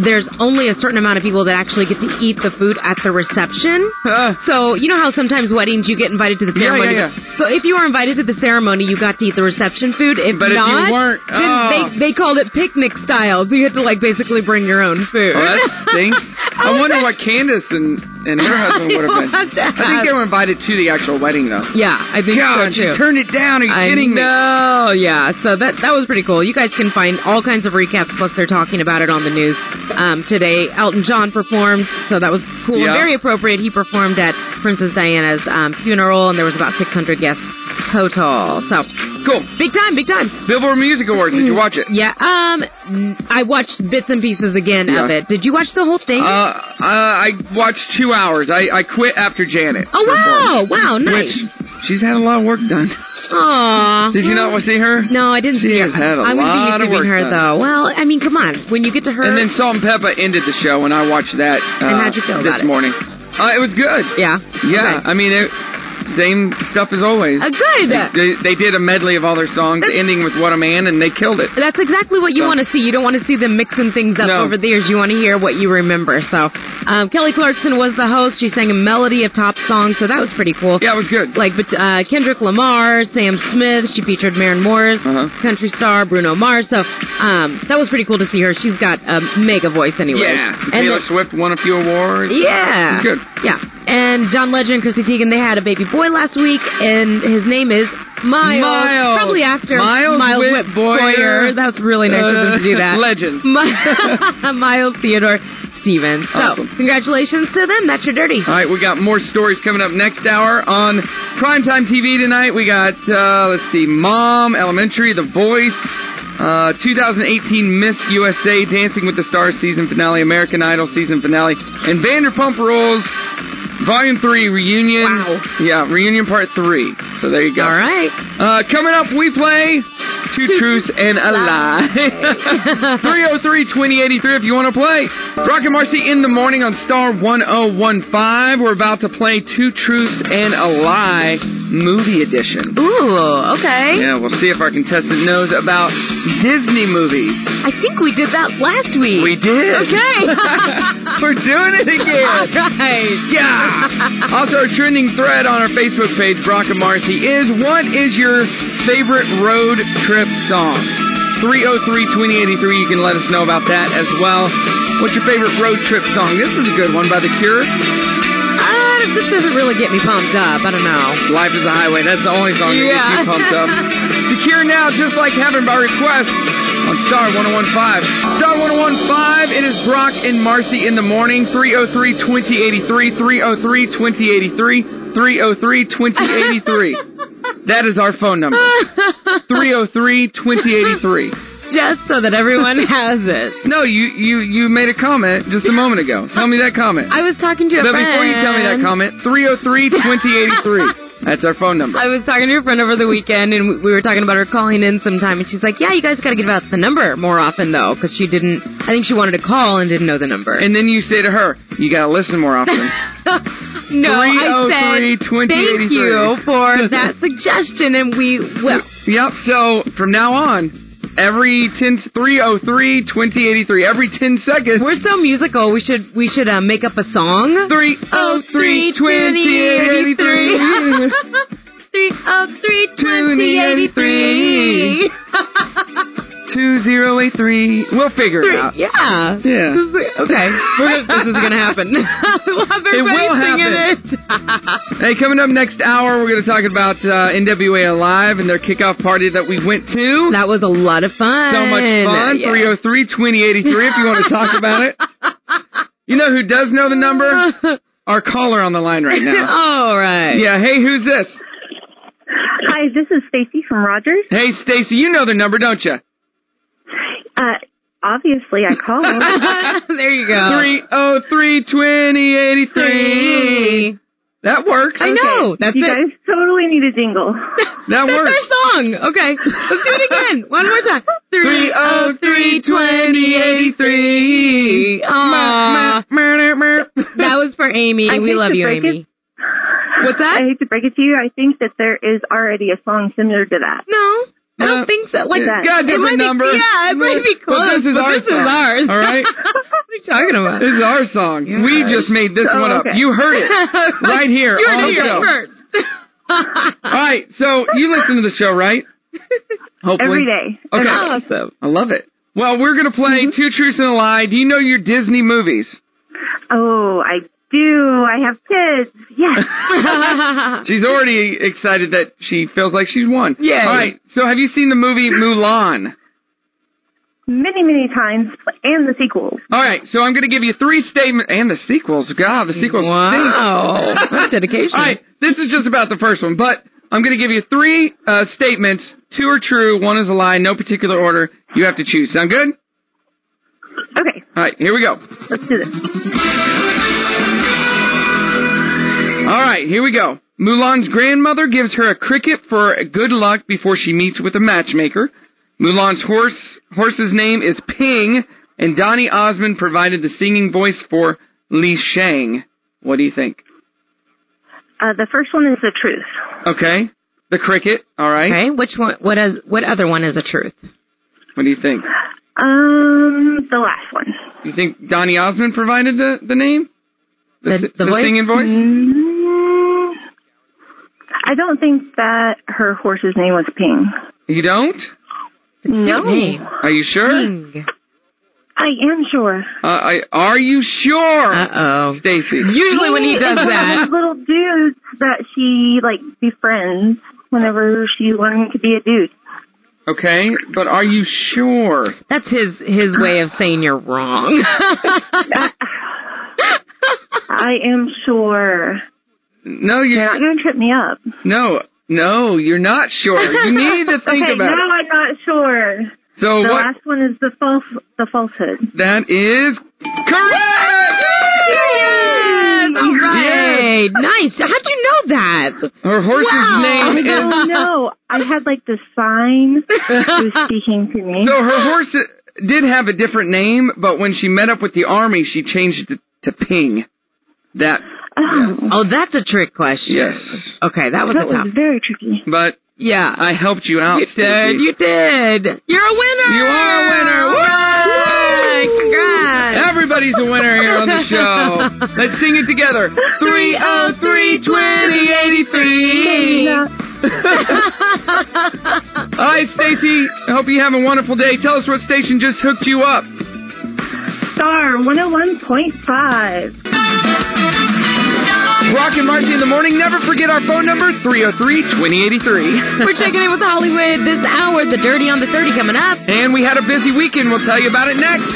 Speaker 2: there's only a certain amount of people that actually get to eat the food at the reception.
Speaker 1: Uh,
Speaker 2: So you know how sometimes weddings you get invited to the
Speaker 1: Yeah,
Speaker 2: ceremony.
Speaker 1: yeah,
Speaker 2: So if you were invited to the ceremony, you got to eat the reception food. If
Speaker 1: But if you
Speaker 2: not,
Speaker 1: weren't-
Speaker 2: then
Speaker 1: oh.
Speaker 2: they they called it picnic style. So you had to like basically bring your own food.
Speaker 1: oh, that stinks. I wonder what Candace and and her husband would have been.
Speaker 2: You'll have to
Speaker 1: I think they were invited to the actual wedding though.
Speaker 2: yeah, I think
Speaker 1: God,
Speaker 2: so
Speaker 1: she
Speaker 2: too.
Speaker 1: turned it down. Are you
Speaker 2: I
Speaker 1: kidding me?
Speaker 2: know, yeah. So that that was pretty cool. You guys can find all kinds of recaps. Plus, they're talking about it on the news um, today. Elton John performed, so that was cool and
Speaker 1: Yeah.
Speaker 2: very appropriate. He performed at Princess Diana's um, funeral, and there was about 600 guests total. So
Speaker 1: Cool.
Speaker 2: big time, big time.
Speaker 1: Billboard Music Awards. Did you
Speaker 2: Mm.
Speaker 1: watch it?
Speaker 2: Yeah. Um, I watched bits and pieces again of
Speaker 1: Yeah.
Speaker 2: it. Did you watch the whole thing?
Speaker 1: Uh, uh, I watched two hours. I I quit after Janet.
Speaker 2: oh wow, wow,
Speaker 1: Which
Speaker 2: nice.
Speaker 1: She's had a lot of work done.
Speaker 2: Aw.
Speaker 1: Did you not see her?
Speaker 2: Mm. No, I didn't
Speaker 1: She
Speaker 2: see her.
Speaker 1: has had a
Speaker 2: I wouldn't
Speaker 1: lot of
Speaker 2: be YouTubing
Speaker 1: work
Speaker 2: her
Speaker 1: done.
Speaker 2: though. Well, I mean, come on. When you get to her,
Speaker 1: And then Salt and Peppa ended the show, and I watched that uh,
Speaker 2: And how'd you feel about
Speaker 1: this
Speaker 2: it?
Speaker 1: morning. Uh, it was good.
Speaker 2: yeah,
Speaker 1: Yeah, I mean, it, same stuff as always.
Speaker 2: Uh, good.
Speaker 1: They, they did a medley of all their songs,
Speaker 2: That's-
Speaker 1: ending with "What a Man," and they killed it.
Speaker 2: That's exactly what you
Speaker 1: So-
Speaker 2: want to see. You don't want to see them mixing things up
Speaker 1: No.
Speaker 2: over the years. You want to hear what you remember. So, um, Kelly Clarkson was the host. She sang a melody of top songs, so that was pretty cool.
Speaker 1: Yeah, it was good.
Speaker 2: Like but, uh, Kendrick Lamar, Sam Smith. She featured Maren Morris,
Speaker 1: Uh-huh.
Speaker 2: country star Bruno Mars. So um, that was pretty cool to see her. She's got a mega voice, anyway.
Speaker 1: yeah, Taylor Swift won a few awards.
Speaker 2: Yeah.
Speaker 1: It's good.
Speaker 2: Yeah. And John Legend, Chrissy Teigen, they had a baby boy last week, and his name is Miles.
Speaker 1: Miles.
Speaker 2: Probably after
Speaker 1: Miles Whit Boyer.
Speaker 2: That was really nice of them to do that.
Speaker 1: Uh, legend.
Speaker 2: Mi- Miles Theodore Stevens. So,
Speaker 1: Awesome. Oh,
Speaker 2: congratulations to them. That's your dirty.
Speaker 1: All right, we got more stories coming up next hour on primetime TV tonight. We got uh, let's see, Mom, Elementary, The Voice, uh, 2018 Miss USA, Dancing with the Stars season finale, American Idol season finale, and Vanderpump Rules Volume Three reunion.
Speaker 2: Wow.
Speaker 1: Yeah, reunion part three. So there you go.
Speaker 2: All right.
Speaker 1: Uh, coming up, we play Two Truths and a Lie. 303-2083 if you want to play. Brock and Marcy in the morning on Star 1015. We're about to play Two Truths and a Lie movie edition.
Speaker 2: Ooh, okay.
Speaker 1: Yeah, we'll see if our contestant knows about Disney movies.
Speaker 2: I think we did that last week.
Speaker 1: We did.
Speaker 2: Okay.
Speaker 1: We're doing it
Speaker 2: All
Speaker 1: again.
Speaker 2: right.
Speaker 1: Yeah. Also, our trending thread on our Facebook page, Brock and Marcy, is what is your favorite road trip song? 303-2083, you can let us know about that as well. What's your favorite road trip song? This is a good one by The Cure.
Speaker 2: Uh, this doesn't really get me pumped up. I don't know.
Speaker 1: Life is a Highway. That's the only song that gets you
Speaker 2: Yeah.
Speaker 1: pumped up. Secure now, just like heaven by request on Star 1015. Star 1015, it is Brock and Marcy in the morning, 303 2083, 303 2083, 303 2083. That is our phone number 303 2083.
Speaker 2: Just so that everyone has it.
Speaker 1: No, you, you, you made a comment just a moment ago. Tell me that comment.
Speaker 2: I was talking to a
Speaker 1: But
Speaker 2: friend.
Speaker 1: before you tell me that comment, 303 2083. That's our phone number.
Speaker 2: I was talking to a friend over the weekend, and we- we were talking about her calling in sometime, and she's like, "Yeah, you guys got to give out the number more often, though, because she didn't. I think she wanted to call and didn't know the number."
Speaker 1: And then you say to her, you gotta listen more often.
Speaker 2: no, I said,
Speaker 1: 303,
Speaker 2: "Thank you for that suggestion," and we well,
Speaker 1: yep, so from now on, every 10, 303, 2083, every 10 seconds,
Speaker 2: we're so musical. We should we should uh, make up a song.
Speaker 1: 303,
Speaker 2: 303
Speaker 1: 2083. 2083. 2083. We'll figure it out.
Speaker 2: Yeah.
Speaker 1: Yeah.
Speaker 2: This is- Okay. We're gonna, this is going to happen. we'll have everybody
Speaker 1: It will
Speaker 2: singing it.
Speaker 1: Hey, coming up next hour, we're gonna talk about uh, NWA Alive and their kickoff party that we went to.
Speaker 2: that was a lot of fun.
Speaker 1: so much fun. oh,
Speaker 2: Yeah.
Speaker 1: 303 2083 if you want to talk about it. You know who does know the number? Our caller on the line right now.
Speaker 2: All right.
Speaker 1: Yeah, hey, who's this?
Speaker 6: Hi, this is Stacy from Rogers.
Speaker 1: Hey, Stacy, you know the number, don't you?
Speaker 6: Uh, obviously, I called.
Speaker 2: there you go.
Speaker 1: 303 2083.
Speaker 2: Three.
Speaker 1: That works.
Speaker 2: I know. That's
Speaker 6: you
Speaker 2: it.
Speaker 6: guys totally need a jingle.
Speaker 1: That
Speaker 2: That's
Speaker 1: works.
Speaker 2: our song. Okay. Let's do it again. One more time. oh,
Speaker 1: 303 2083.
Speaker 2: Aw. That was for Amy.
Speaker 6: I
Speaker 2: we
Speaker 6: hate
Speaker 2: love
Speaker 6: to
Speaker 2: you,
Speaker 6: break
Speaker 2: Amy. What's that?
Speaker 6: I hate to break it to you. I think that there is already a song similar to that.
Speaker 2: No. I
Speaker 1: No.
Speaker 2: don't think so. Like
Speaker 1: It's got a
Speaker 2: it might
Speaker 1: different
Speaker 2: be-
Speaker 1: number.
Speaker 2: yeah, it might be close.
Speaker 1: But this is our
Speaker 2: this
Speaker 1: song.
Speaker 2: is ours.
Speaker 1: All right?
Speaker 2: what are you talking about?
Speaker 1: This is our song. We just made this
Speaker 6: Oh,
Speaker 1: one up.
Speaker 6: okay.
Speaker 1: You heard it right here.
Speaker 2: You're
Speaker 1: on the
Speaker 2: here
Speaker 1: show.
Speaker 2: first.
Speaker 1: All right, so you listen to the show, right? Hopefully.
Speaker 6: Every day.
Speaker 1: Okay.
Speaker 2: Awesome.
Speaker 1: I love it. Well, we're going to play Two Truths and a Lie. Do you know your Disney movies?
Speaker 6: Oh, I do. I have kids. Yes.
Speaker 1: She's already excited that she feels like she's won.
Speaker 2: Yay.
Speaker 1: All right, so have you seen the movie Mulan?
Speaker 6: many, many times. And the sequels.
Speaker 1: All right, so I'm going to give you three statements. And the sequels. God, the sequels stink.
Speaker 2: wow. That's dedication.
Speaker 1: All right, this is just about the first one, but I'm going to give you three uh, statements. Two are true, one is a lie, no particular order. You have to choose. Sound good?
Speaker 6: Okay,
Speaker 1: All right, here we go.
Speaker 6: let's do this.
Speaker 1: All right, here we go. Mulan's grandmother gives her a cricket for good luck before she meets with a matchmaker. Mulan's horse horse's name is Ping, and Donny Osmond provided the singing voice for Li Shang. What do you think?
Speaker 6: Uh, the first one is the truth.
Speaker 1: Okay, the cricket. All right.
Speaker 2: Okay, which one? What is? What other one is a truth?
Speaker 1: What do you think?
Speaker 6: Um, the last one.
Speaker 1: You think Donny Osmond provided the the name?
Speaker 2: The- the voice? Mm-hmm.
Speaker 1: singing voice.
Speaker 6: Mm, I don't think that her horse's name was Ping.
Speaker 1: You don't?
Speaker 6: No,
Speaker 2: Name.
Speaker 1: Are you sure?
Speaker 6: I am sure.
Speaker 1: Uh, I, are you sure,
Speaker 2: Uh oh.
Speaker 1: Stacy?
Speaker 2: Usually when he does
Speaker 6: Those
Speaker 2: that,
Speaker 6: little dudes that she like befriends whenever she wanted to be a dude.
Speaker 1: Okay, but are you sure?
Speaker 2: that's his his way of saying you're wrong.
Speaker 6: I am sure.
Speaker 1: No, you're
Speaker 6: You're
Speaker 1: not.
Speaker 6: gonna trip me up.
Speaker 1: No, no, you're not sure. You need to think
Speaker 6: okay,
Speaker 1: about it.
Speaker 6: now I'm not sure.
Speaker 1: So
Speaker 6: The
Speaker 1: what?
Speaker 6: last one is the false, the falsehood.
Speaker 1: That is correct.
Speaker 2: All right.
Speaker 1: Yes.
Speaker 2: Nice. How'd you know that?
Speaker 1: Her horse's
Speaker 2: Wow.
Speaker 1: name
Speaker 6: Oh
Speaker 1: is.
Speaker 6: no! I had like the sign who's speaking to me.
Speaker 1: So her horse did have a different name, but when she met up with the army, she changed it to Ping. That
Speaker 6: oh,
Speaker 2: Oh, that's a trick question.
Speaker 1: yes,
Speaker 2: Okay, that was
Speaker 6: that
Speaker 2: a tough.
Speaker 6: was very tricky.
Speaker 1: but
Speaker 2: Yeah.
Speaker 1: I helped you out.
Speaker 2: you did.
Speaker 1: Stacy.
Speaker 2: You did. You're a winner.
Speaker 1: You are a winner. Woo!
Speaker 2: Yay, Congrats.
Speaker 1: Everybody's a winner here on the show. Let's sing it together. 303 2083. All right, Stacy. I hope you have a wonderful day. Tell us what station just hooked you up.
Speaker 6: Star 101.5.
Speaker 1: Rock and Marcy in the morning. Never forget our phone number 303 2083.
Speaker 2: We're checking in with Hollywood this hour. The Dirty on the 30 coming up.
Speaker 1: And we had a busy weekend. We'll tell you about it next.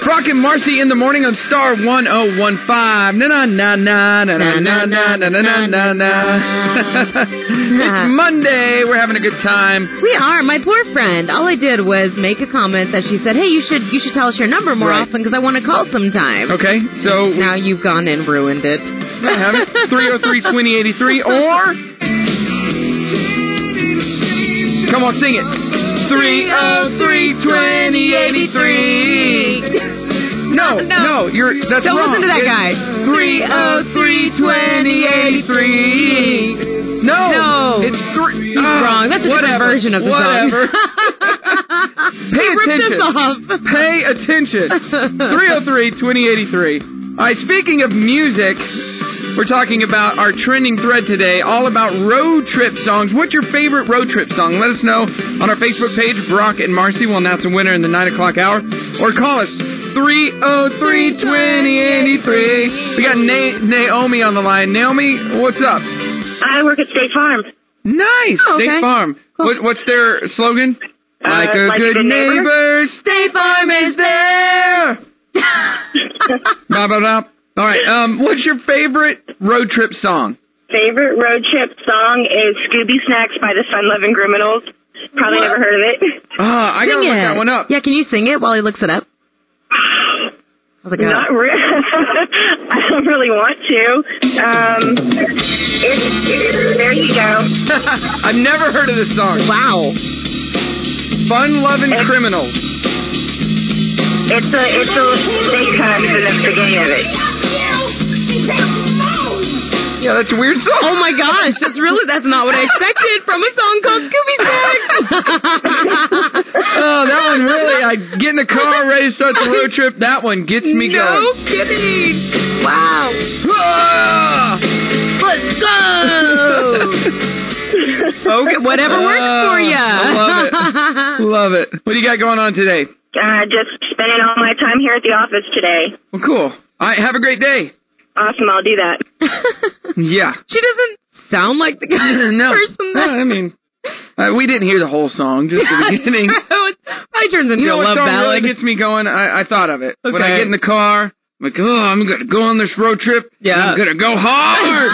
Speaker 1: Brock and Marcy in the morning on Star 1015. Na na na na na na na na na na na na. It's Monday. We're having a good time.
Speaker 2: We are. My poor friend. All I did was make a comment that she said, "Hey, you should you should tell us your number more
Speaker 1: Right.
Speaker 2: often because I want to call sometime."
Speaker 1: Okay, so
Speaker 2: Now you've gone and ruined it.
Speaker 1: I have it. 303 2083 or. Come on, sing it. 303 2083. No, no, you're. That's
Speaker 2: Don't
Speaker 1: wrong.
Speaker 2: listen to that
Speaker 1: It's
Speaker 2: guy.
Speaker 1: 303 2083. No.
Speaker 2: No.
Speaker 1: It's three. uh,
Speaker 2: He's wrong. That's a different
Speaker 1: whatever,
Speaker 2: version of the
Speaker 1: whatever. Pay
Speaker 2: Ripped
Speaker 1: attention.
Speaker 2: us off.
Speaker 1: Pay attention. 303 2083. All right, speaking of music, we're talking about our trending thread today, all about road trip songs. What's your favorite road trip song? Let us know on our Facebook page, Brock and Marcy will announce a winner in the 9 o'clock hour, or call us 303 2083. We got Na- Naomi on the line. Naomi, what's up?
Speaker 6: I work at State Farm.
Speaker 1: Nice.
Speaker 2: Oh,
Speaker 1: State
Speaker 2: okay.
Speaker 1: Farm.
Speaker 2: Cool.
Speaker 1: What, what's their slogan? like a
Speaker 6: Uh, like
Speaker 1: good, neighbor, State Farm is there. blah, blah, blah. All right. Um, what's your favorite road trip song?
Speaker 7: favorite road trip song is Scooby Snacks by the Sun Loving Criminals. Probably never heard of it.
Speaker 1: Uh, I gotta
Speaker 2: Sing
Speaker 1: look
Speaker 2: it.
Speaker 1: that one up.
Speaker 2: Yeah, can you sing it while he looks it up? How's it go?
Speaker 7: Not re- I don't really want to. Um, it's, there you go.
Speaker 1: I've never heard of this song.
Speaker 2: wow.
Speaker 1: Fun loving criminals.
Speaker 7: It's a it's a they cuss in the beginning of it.
Speaker 1: Yeah, that's a weird song.
Speaker 2: Oh my gosh, that's really that's not what I expected from a song called Scooby Snacks.
Speaker 1: Oh, that one really. I get in the car, ready to start the road trip. That one gets me
Speaker 2: no
Speaker 1: going.
Speaker 2: kidding. Wow.
Speaker 1: Ah!
Speaker 2: Let's go.
Speaker 1: Okay,
Speaker 2: Whatever works
Speaker 1: Ah,
Speaker 2: for you.
Speaker 1: I love it. Love it. What do you got going on today?
Speaker 7: Uh, just spending all my time here at the office today.
Speaker 1: Well, cool. All right, have a great day.
Speaker 7: Awesome, I'll do that.
Speaker 1: Yeah.
Speaker 2: she doesn't sound like the kind of
Speaker 1: No.
Speaker 2: person
Speaker 1: No,
Speaker 2: that
Speaker 1: I mean, uh, we didn't hear the whole song, just the beginning.
Speaker 2: I turns into
Speaker 1: You
Speaker 2: a
Speaker 1: know
Speaker 2: love
Speaker 1: what song really
Speaker 2: ballad.
Speaker 1: gets me going? I, I thought of it. When
Speaker 2: Okay.
Speaker 1: I get in the car, I'm like, oh, I'm going to go on this road trip. and
Speaker 2: Yeah.
Speaker 1: I'm going to go hard.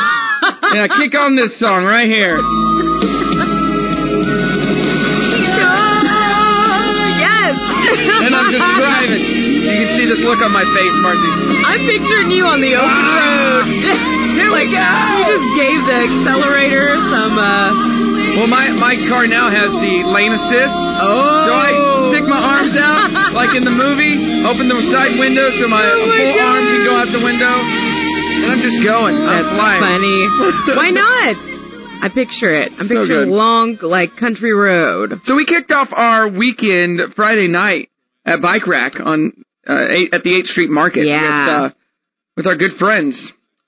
Speaker 1: and I kick on this song right here.
Speaker 2: yes.
Speaker 1: And I'm just driving. You can see see this look on my face, Marcy.
Speaker 2: I'm picturing you on the open road.
Speaker 1: Here we
Speaker 2: You
Speaker 1: go.
Speaker 2: just gave the accelerator some. Uh,
Speaker 1: Well, my my car now has the lane assist.
Speaker 2: oh.
Speaker 1: So I stick my arms out like in the movie, open the side window so my,
Speaker 2: Oh my
Speaker 1: full arm can go
Speaker 2: God.
Speaker 1: out the window, and I'm just going.
Speaker 2: That's
Speaker 1: I'm flying.
Speaker 2: funny. Why not? I picture it. I'm
Speaker 1: So
Speaker 2: picturing
Speaker 1: good.
Speaker 2: long, like country road.
Speaker 1: So we kicked off our weekend Friday night at Bike Rack on uh, eight, at the 8th Street Market
Speaker 2: Yeah.
Speaker 1: with, uh, with our good friends.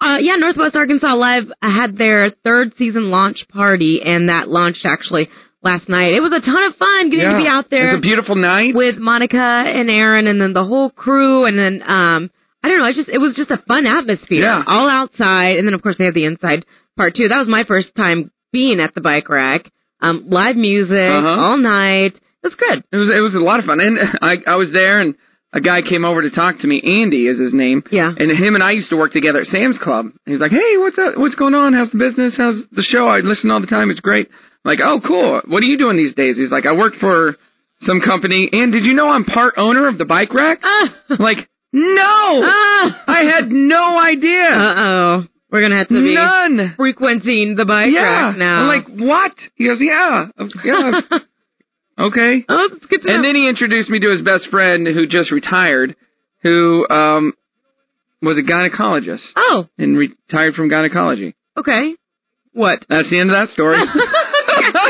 Speaker 2: Uh, yeah, Northwest Arkansas Live had their third season launch party, and that launched actually last night. It was a ton of fun getting to be out there.
Speaker 1: It's a beautiful night.
Speaker 2: with Monica and Aaron and then the whole crew and then um I don't know, I just it was just a fun atmosphere.
Speaker 1: Yeah.
Speaker 2: All outside and then of course they had the inside part too. That was my first time being at the bike rack. Um live music
Speaker 1: Uh-huh.
Speaker 2: all night. It was good.
Speaker 1: It was it was a lot of fun, and I I was there, and a guy came over to talk to me. Andy is his name.
Speaker 2: Yeah.
Speaker 1: And him and I used to work together at Sam's Club. He's like, Hey, what's up? What's going on? How's the business? How's the show? I listen all the time. It's great. I'm like, oh, cool. What are you doing these days? He's like, I work for some company. And did you know I'm part owner of the bike rack?
Speaker 2: Oh.
Speaker 1: I'm like, no,
Speaker 2: Ah
Speaker 1: I had no idea.
Speaker 2: Uh oh. We're gonna have to be
Speaker 1: None.
Speaker 2: frequenting the bike
Speaker 1: Yeah.
Speaker 2: rack now.
Speaker 1: I'm like, what? He goes, yeah, yeah. okay.
Speaker 2: Oh, that's good to
Speaker 1: And
Speaker 2: know.
Speaker 1: then he introduced me to his best friend who just retired, who um, was a gynecologist
Speaker 2: oh,
Speaker 1: and retired from gynecology.
Speaker 2: okay. What?
Speaker 1: That's the end of that story.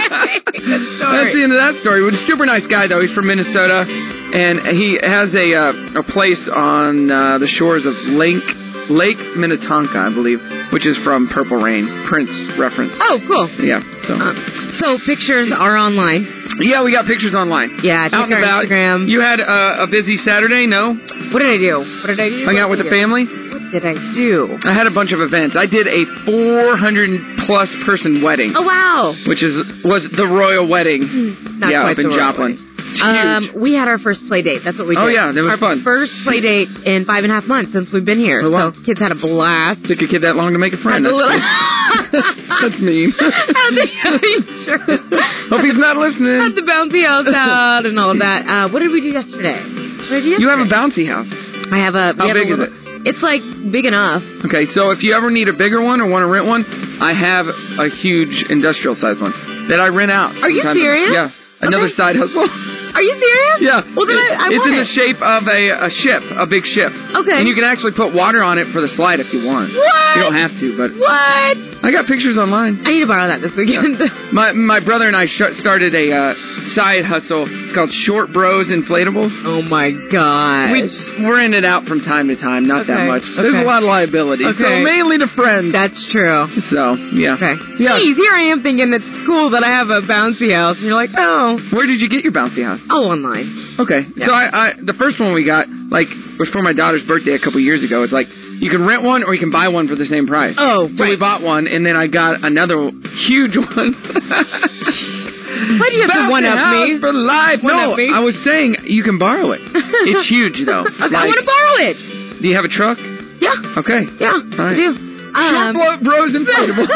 Speaker 1: That's the end of that story. But super nice guy though. He's from Minnesota, and he has a uh, a place on uh, the shores of Lake Lake Minnetonka, I believe, which is from Purple Rain, Prince reference.
Speaker 2: Oh, cool.
Speaker 1: Yeah. So.
Speaker 2: Uh, So pictures are online.
Speaker 1: Yeah, we got pictures online.
Speaker 2: Yeah, check
Speaker 1: Out and
Speaker 2: our
Speaker 1: about.
Speaker 2: Instagram.
Speaker 1: You had uh, a busy Saturday, no?
Speaker 2: What did I do? What did I do?
Speaker 1: Hung out with the family?
Speaker 2: What did I do?
Speaker 1: I had a bunch of events. I did a 400 plus person wedding,
Speaker 2: Oh wow!
Speaker 1: which is was the royal wedding.
Speaker 2: Not
Speaker 1: yeah,
Speaker 2: quite
Speaker 1: up in
Speaker 2: the royal
Speaker 1: Joplin.
Speaker 2: wedding.
Speaker 1: It's huge.
Speaker 2: Um, we had our first play date. That's what we did.
Speaker 1: Oh, yeah, that was
Speaker 2: our
Speaker 1: fun.
Speaker 2: First play date in five and a half months since we've been here.
Speaker 1: Oh, wow.
Speaker 2: So kids had a blast.
Speaker 1: Took a kid that long to make a friend. That's, cool.
Speaker 2: That's
Speaker 1: That's mean.
Speaker 2: sure.
Speaker 1: Hope he's
Speaker 2: Had
Speaker 1: not listening.
Speaker 2: the bouncy house out and all of that. Uh, what did we do yesterday? What did I do
Speaker 1: You have a
Speaker 2: yesterday?
Speaker 1: bouncy house.
Speaker 2: I have a. we
Speaker 1: How
Speaker 2: have
Speaker 1: big
Speaker 2: a
Speaker 1: is
Speaker 2: little- It's like big enough.
Speaker 1: Okay, so if you ever need a bigger one or want to rent one, I have a huge industrial size one that I rent out.
Speaker 2: Are you
Speaker 1: from time to-
Speaker 2: serious?
Speaker 1: Yeah. Another
Speaker 2: Okay.
Speaker 1: side hustle.
Speaker 2: Are you serious?
Speaker 1: Yeah.
Speaker 2: Well then I, I
Speaker 1: it's
Speaker 2: want
Speaker 1: in
Speaker 2: it.
Speaker 1: the shape of a, a ship, a big ship.
Speaker 2: okay.
Speaker 1: And you can actually put water on it for the slide if you want.
Speaker 2: what?
Speaker 1: You don't have to, but
Speaker 2: what?
Speaker 1: I got pictures online.
Speaker 2: I need to borrow that this weekend.
Speaker 1: My my brother and I sh- started a uh, side hustle. It's called Short Bros Inflatables.
Speaker 2: oh my god.
Speaker 1: We we're in it out from time to time, not
Speaker 2: Okay,
Speaker 1: that much. There's
Speaker 2: okay.
Speaker 1: a lot of liability, so
Speaker 2: Okay.
Speaker 1: mainly to friends.
Speaker 2: That's true.
Speaker 1: so yeah.
Speaker 2: Okay.
Speaker 1: Yeah.
Speaker 2: Jeez, here I am thinking it's cool that I have a bouncy house. And you're like, oh,
Speaker 1: Where did you get your bouncy house?
Speaker 2: oh, online.
Speaker 1: Okay, so I, I the first one we got like was for my daughter's birthday a couple years ago. It's like you can rent one or you can buy one for the same price.
Speaker 2: Oh,
Speaker 1: So we
Speaker 2: right.
Speaker 1: bought one, and then I got another huge one.
Speaker 2: Why do you have to
Speaker 1: Bouncy
Speaker 2: one up
Speaker 1: house
Speaker 2: me?
Speaker 1: for life. no,
Speaker 2: One-up me.
Speaker 1: I was saying you can borrow it. It's huge though.
Speaker 2: Okay, I want to borrow Um, it.
Speaker 1: do you have a truck?
Speaker 2: Yeah,
Speaker 1: Okay.
Speaker 2: yeah, I
Speaker 1: right.
Speaker 2: do.
Speaker 1: Short
Speaker 2: Um,
Speaker 1: bro- bros inflatables.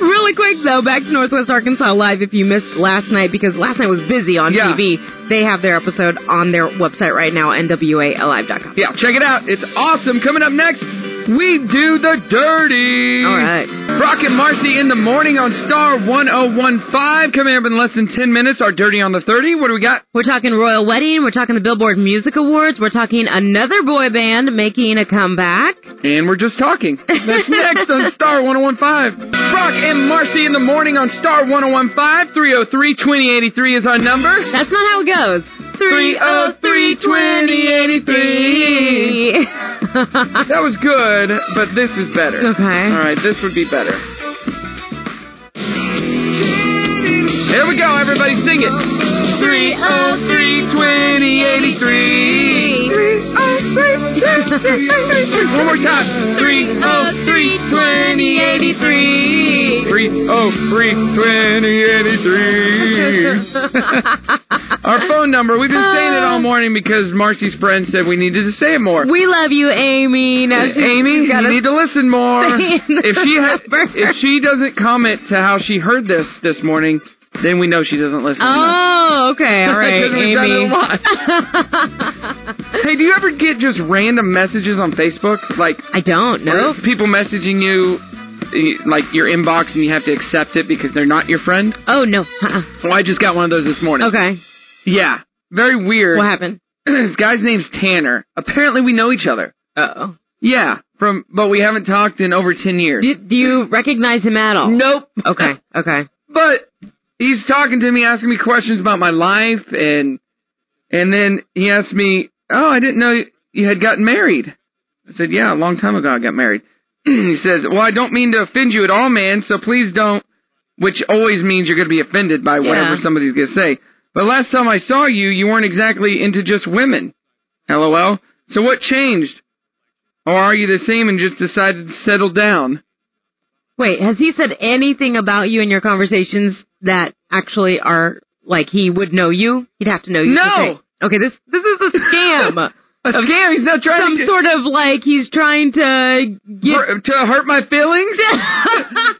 Speaker 2: really quick though, back to Northwest Arkansas Live if you missed last night because last night was busy on
Speaker 1: Yeah.
Speaker 2: TV. They have their episode on their website right now, nwalive.com.
Speaker 1: yeah, check it out. It's awesome. Coming up next, we do the dirty.
Speaker 2: All right.
Speaker 1: Brock and Marcy in the morning on Star 1015. Coming up in less than 10 minutes, our Dirty on the 30. What do we got?
Speaker 2: We're talking Royal Wedding. We're talking the Billboard Music Awards. We're talking another boy band making a comeback.
Speaker 1: And we're just talking. That's next on Star 1015. Brock and Marcy in the morning on Star 1015. 303 2083 is our number.
Speaker 2: That's not how it goes.
Speaker 1: 303 2083. That was good, but this is better.
Speaker 2: Okay.
Speaker 1: All right, this would be better. Here we go, everybody sing it. 303 2083. One more time. 303 2083. 303 2083. Our phone number, we've been saying it all morning because Marcy's friend said we needed to say it more.
Speaker 2: we love you, Amy. Now she's
Speaker 1: Amy,
Speaker 2: got
Speaker 1: you need to listen more.
Speaker 2: say the
Speaker 1: If she ha-
Speaker 2: number.
Speaker 1: if she doesn't comment to how she heard this this morning, then we know she doesn't listen. enough.
Speaker 2: Oh, okay. All right,
Speaker 1: Because we've done it a
Speaker 2: Amy.
Speaker 1: lot. Hey, do you ever get just random messages on Facebook? Like
Speaker 2: I don't know.
Speaker 1: people messaging you eh, like your inbox and you have to accept it because they're not your friend?
Speaker 2: Oh no. Uh-uh.
Speaker 1: Well, I just got one of those this morning.
Speaker 2: Okay.
Speaker 1: Yeah. Very weird.
Speaker 2: What happened?
Speaker 1: this guy's name's Tanner. Apparently we know each other.
Speaker 2: Oh.
Speaker 1: Yeah. From but we haven't talked in over ten years.
Speaker 2: Do, do you recognize him at all?
Speaker 1: nope.
Speaker 2: Okay. Okay.
Speaker 1: But he's talking to me, asking me questions about my life, and and then he asked me, "Oh, I didn't know you had gotten married." I said, "Yeah, a long time ago I got married." he says, "Well, I don't mean to offend you at all, man. So please don't." Which always means you're going to be offended by whatever
Speaker 2: Yeah.
Speaker 1: somebody's going to say. But last time I saw you, you weren't exactly into just women. LOL. So what changed? Or are you the same and just decided to settle down?
Speaker 2: Wait, has he said anything about you in your conversations that actually are like he would know you? He'd have to know you. to
Speaker 1: No.
Speaker 2: say- Okay, this this is a scam.
Speaker 1: A scam. He's not trying
Speaker 2: Some
Speaker 1: to,
Speaker 2: sort of like he's trying to get
Speaker 1: hurt- to hurt my feelings.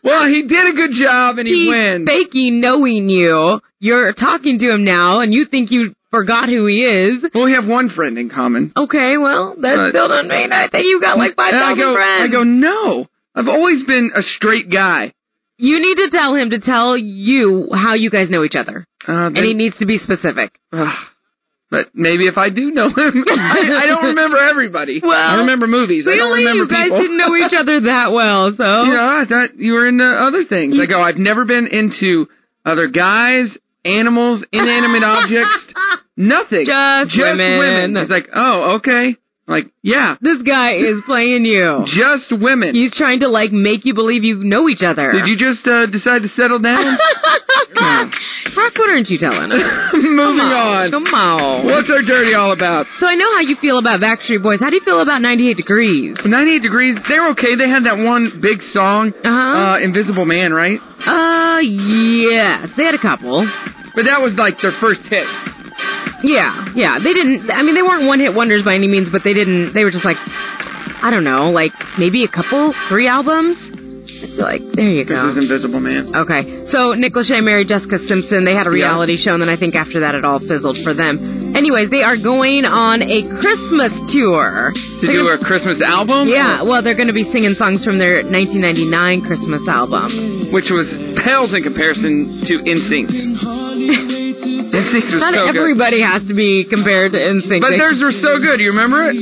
Speaker 1: Well, he did a good job and
Speaker 2: he's
Speaker 1: he, wins.
Speaker 2: faking knowing you. You're talking to him now, and you think you forgot who he is.
Speaker 1: well, we have one friend in common.
Speaker 2: Okay, well that
Speaker 1: Right.
Speaker 2: still doesn't mean anything. You got like five
Speaker 1: And I
Speaker 2: thousand
Speaker 1: go,
Speaker 2: friends.
Speaker 1: I go, no. I've always been a straight guy.
Speaker 2: you need to tell him to tell you how you guys know each other,
Speaker 1: Uh,
Speaker 2: and he
Speaker 1: they,
Speaker 2: needs to be specific.
Speaker 1: ugh. but maybe if I do know him, I, I don't remember everybody.
Speaker 2: Well,
Speaker 1: I remember movies. I don't
Speaker 2: Really? you
Speaker 1: remember
Speaker 2: guys
Speaker 1: people.
Speaker 2: didn't know each other that well, so
Speaker 1: you know, I thought you were into other things. I go, I've never been into other guys, animals, inanimate objects, nothing.
Speaker 2: Just women.
Speaker 1: He's like, oh, okay. I'm like, yeah,
Speaker 2: this guy is playing you.
Speaker 1: just women.
Speaker 2: He's trying to like make you believe you know each other.
Speaker 1: Did you just uh, decide to settle down?
Speaker 2: Fuck, what aren't you telling us? Come
Speaker 1: Moving
Speaker 2: on,
Speaker 1: on.
Speaker 2: come on.
Speaker 1: What's our dirty all about?
Speaker 2: So I know how you feel about Backstreet Boys. How do you feel about 98 Degrees?
Speaker 1: 98 Degrees, they're okay. They had that one big song,
Speaker 2: Uh-huh.
Speaker 1: uh, Invisible Man, right?
Speaker 2: Uh, yes, they had a couple.
Speaker 1: But that was like their first hit.
Speaker 2: Yeah, yeah. They didn't. I mean, they weren't one-hit wonders by any means, but they didn't. They were just like, I don't know, like maybe a couple, three albums. Like there you go.
Speaker 1: This is Invisible Man.
Speaker 2: Okay. So Nick Lachey married Jessica Simpson. They had a
Speaker 1: Yeah.
Speaker 2: reality show, and then I think after that it all fizzled for them. Anyways, they are going on a Christmas tour.
Speaker 1: To
Speaker 2: They're
Speaker 1: do
Speaker 2: gonna-
Speaker 1: a Christmas album?
Speaker 2: yeah, well, they're going to be singing songs from their 1999 Christmas album.
Speaker 1: Which was pales in comparison to NSYNC's. NSYNC's was
Speaker 2: Not
Speaker 1: so good.
Speaker 2: everybody has to be compared to NSYNC.
Speaker 1: But
Speaker 2: They-
Speaker 1: theirs were so good. You remember it?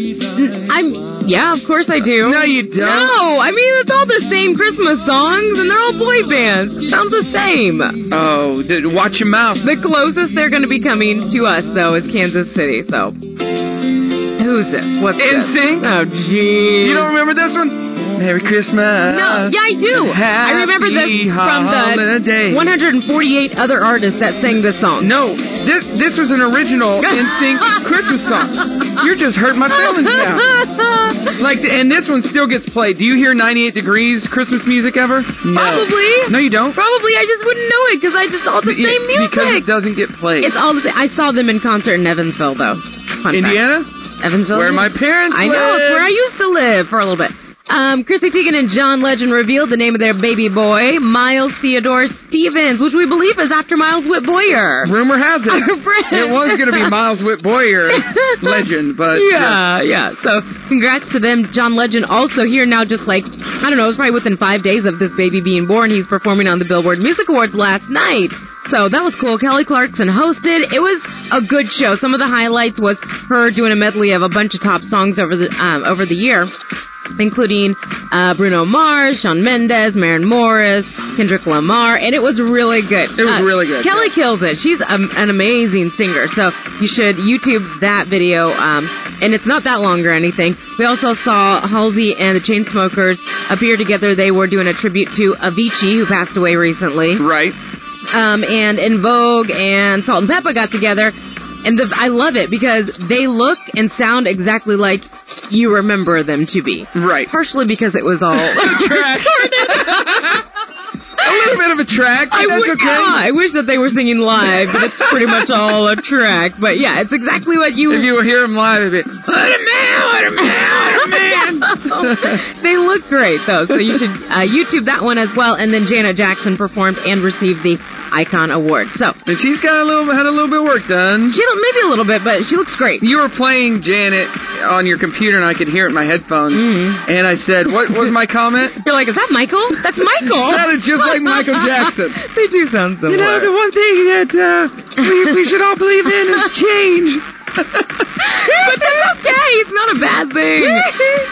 Speaker 2: I'm, yeah, of course I do.
Speaker 1: No, you don't.
Speaker 2: No, I mean it's all the same Christmas songs, and they're all boy bands. It sounds the same.
Speaker 1: Oh, dude, watch your mouth.
Speaker 2: The closest they're going to be coming to us though is Kansas City. So, who's this? What's this?
Speaker 1: NSYNC?
Speaker 2: Oh, geez.
Speaker 1: You don't remember this one? Merry Christmas.
Speaker 2: No, yeah, I do. I remember
Speaker 1: Happy
Speaker 2: this from the
Speaker 1: holidays.
Speaker 2: 148 other artists that sang this song.
Speaker 1: No, this this was an original NSYNC Christmas song. You're just hurting my feelings now. Like, the, and this one still gets played. Do you hear 98 Degrees Christmas music ever? No.
Speaker 2: Probably.
Speaker 1: No, you don't.
Speaker 2: Probably I just wouldn't know it because I just all the
Speaker 1: Be-
Speaker 2: same music.
Speaker 1: Because it doesn't get played.
Speaker 2: It's all the same. I saw them in concert in Evansville, though. Fun fact.
Speaker 1: Indiana,
Speaker 2: Evansville.
Speaker 1: where my parents
Speaker 2: I know it's
Speaker 1: live.
Speaker 2: where I used to live for a little bit. Um, Chrissy Teigen and John Legend revealed the name of their baby boy, Miles Theodore Stevens, which we believe is after Miles Whit Boyer.
Speaker 1: Rumor has it.
Speaker 2: Our friend.
Speaker 1: It was going to be Miles Whit Boyer legend, but
Speaker 2: Yeah, yeah. So congrats to them. John Legend also here now, just like, I don't know, it was probably within five days of this baby being born. He's performing on the Billboard Music Awards last night. So that was cool. Kelly Clarkson hosted. It was a good show. Some of the highlights was her doing a medley of a bunch of top songs over the um, over the year including uh, Bruno Mars, Sean Mendes, Maren Morris, Kendrick Lamar, and it was really good.
Speaker 1: It
Speaker 2: Uh,
Speaker 1: was really good,
Speaker 2: Kelly kills it. She's um an amazing singer, so you should YouTube that video. Um, and it's not that long or anything. We also saw Halsey and the Chainsmokers appear together. They were doing a tribute to Avicii, who passed away recently
Speaker 1: yeah. Right.
Speaker 2: um, and In Vogue and Salt and Pepper got together, and the, I love it because they look and sound exactly like you remember them to be.
Speaker 1: Right.
Speaker 2: Partially because it was all.
Speaker 1: Track. a little bit of a track, but
Speaker 2: I
Speaker 1: that's
Speaker 2: wish,
Speaker 1: okay.
Speaker 2: yeah, I wish that they were singing live, but it's pretty much all a track. But yeah, it's exactly what you.
Speaker 1: If you hear him live, it'd be, what a Ah, man, what a man, what a man.
Speaker 2: they look great though, so you should uh, YouTube that one as well. And then Janet Jackson performed and received the Icon Award. So
Speaker 1: And she's got a little had a little bit of work done.
Speaker 2: she don't- maybe a little bit, but she looks great.
Speaker 1: You were playing Janet on your computer, and I could hear it in my headphones. And I said, "What was my comment?"
Speaker 2: You're like, is that Michael? That's Michael.
Speaker 1: Sounded just like Michael Jackson.
Speaker 2: they do sound similar.
Speaker 1: You know, the one thing that uh, we, we should all believe in is change.
Speaker 2: but that's okay. It's not a bad thing.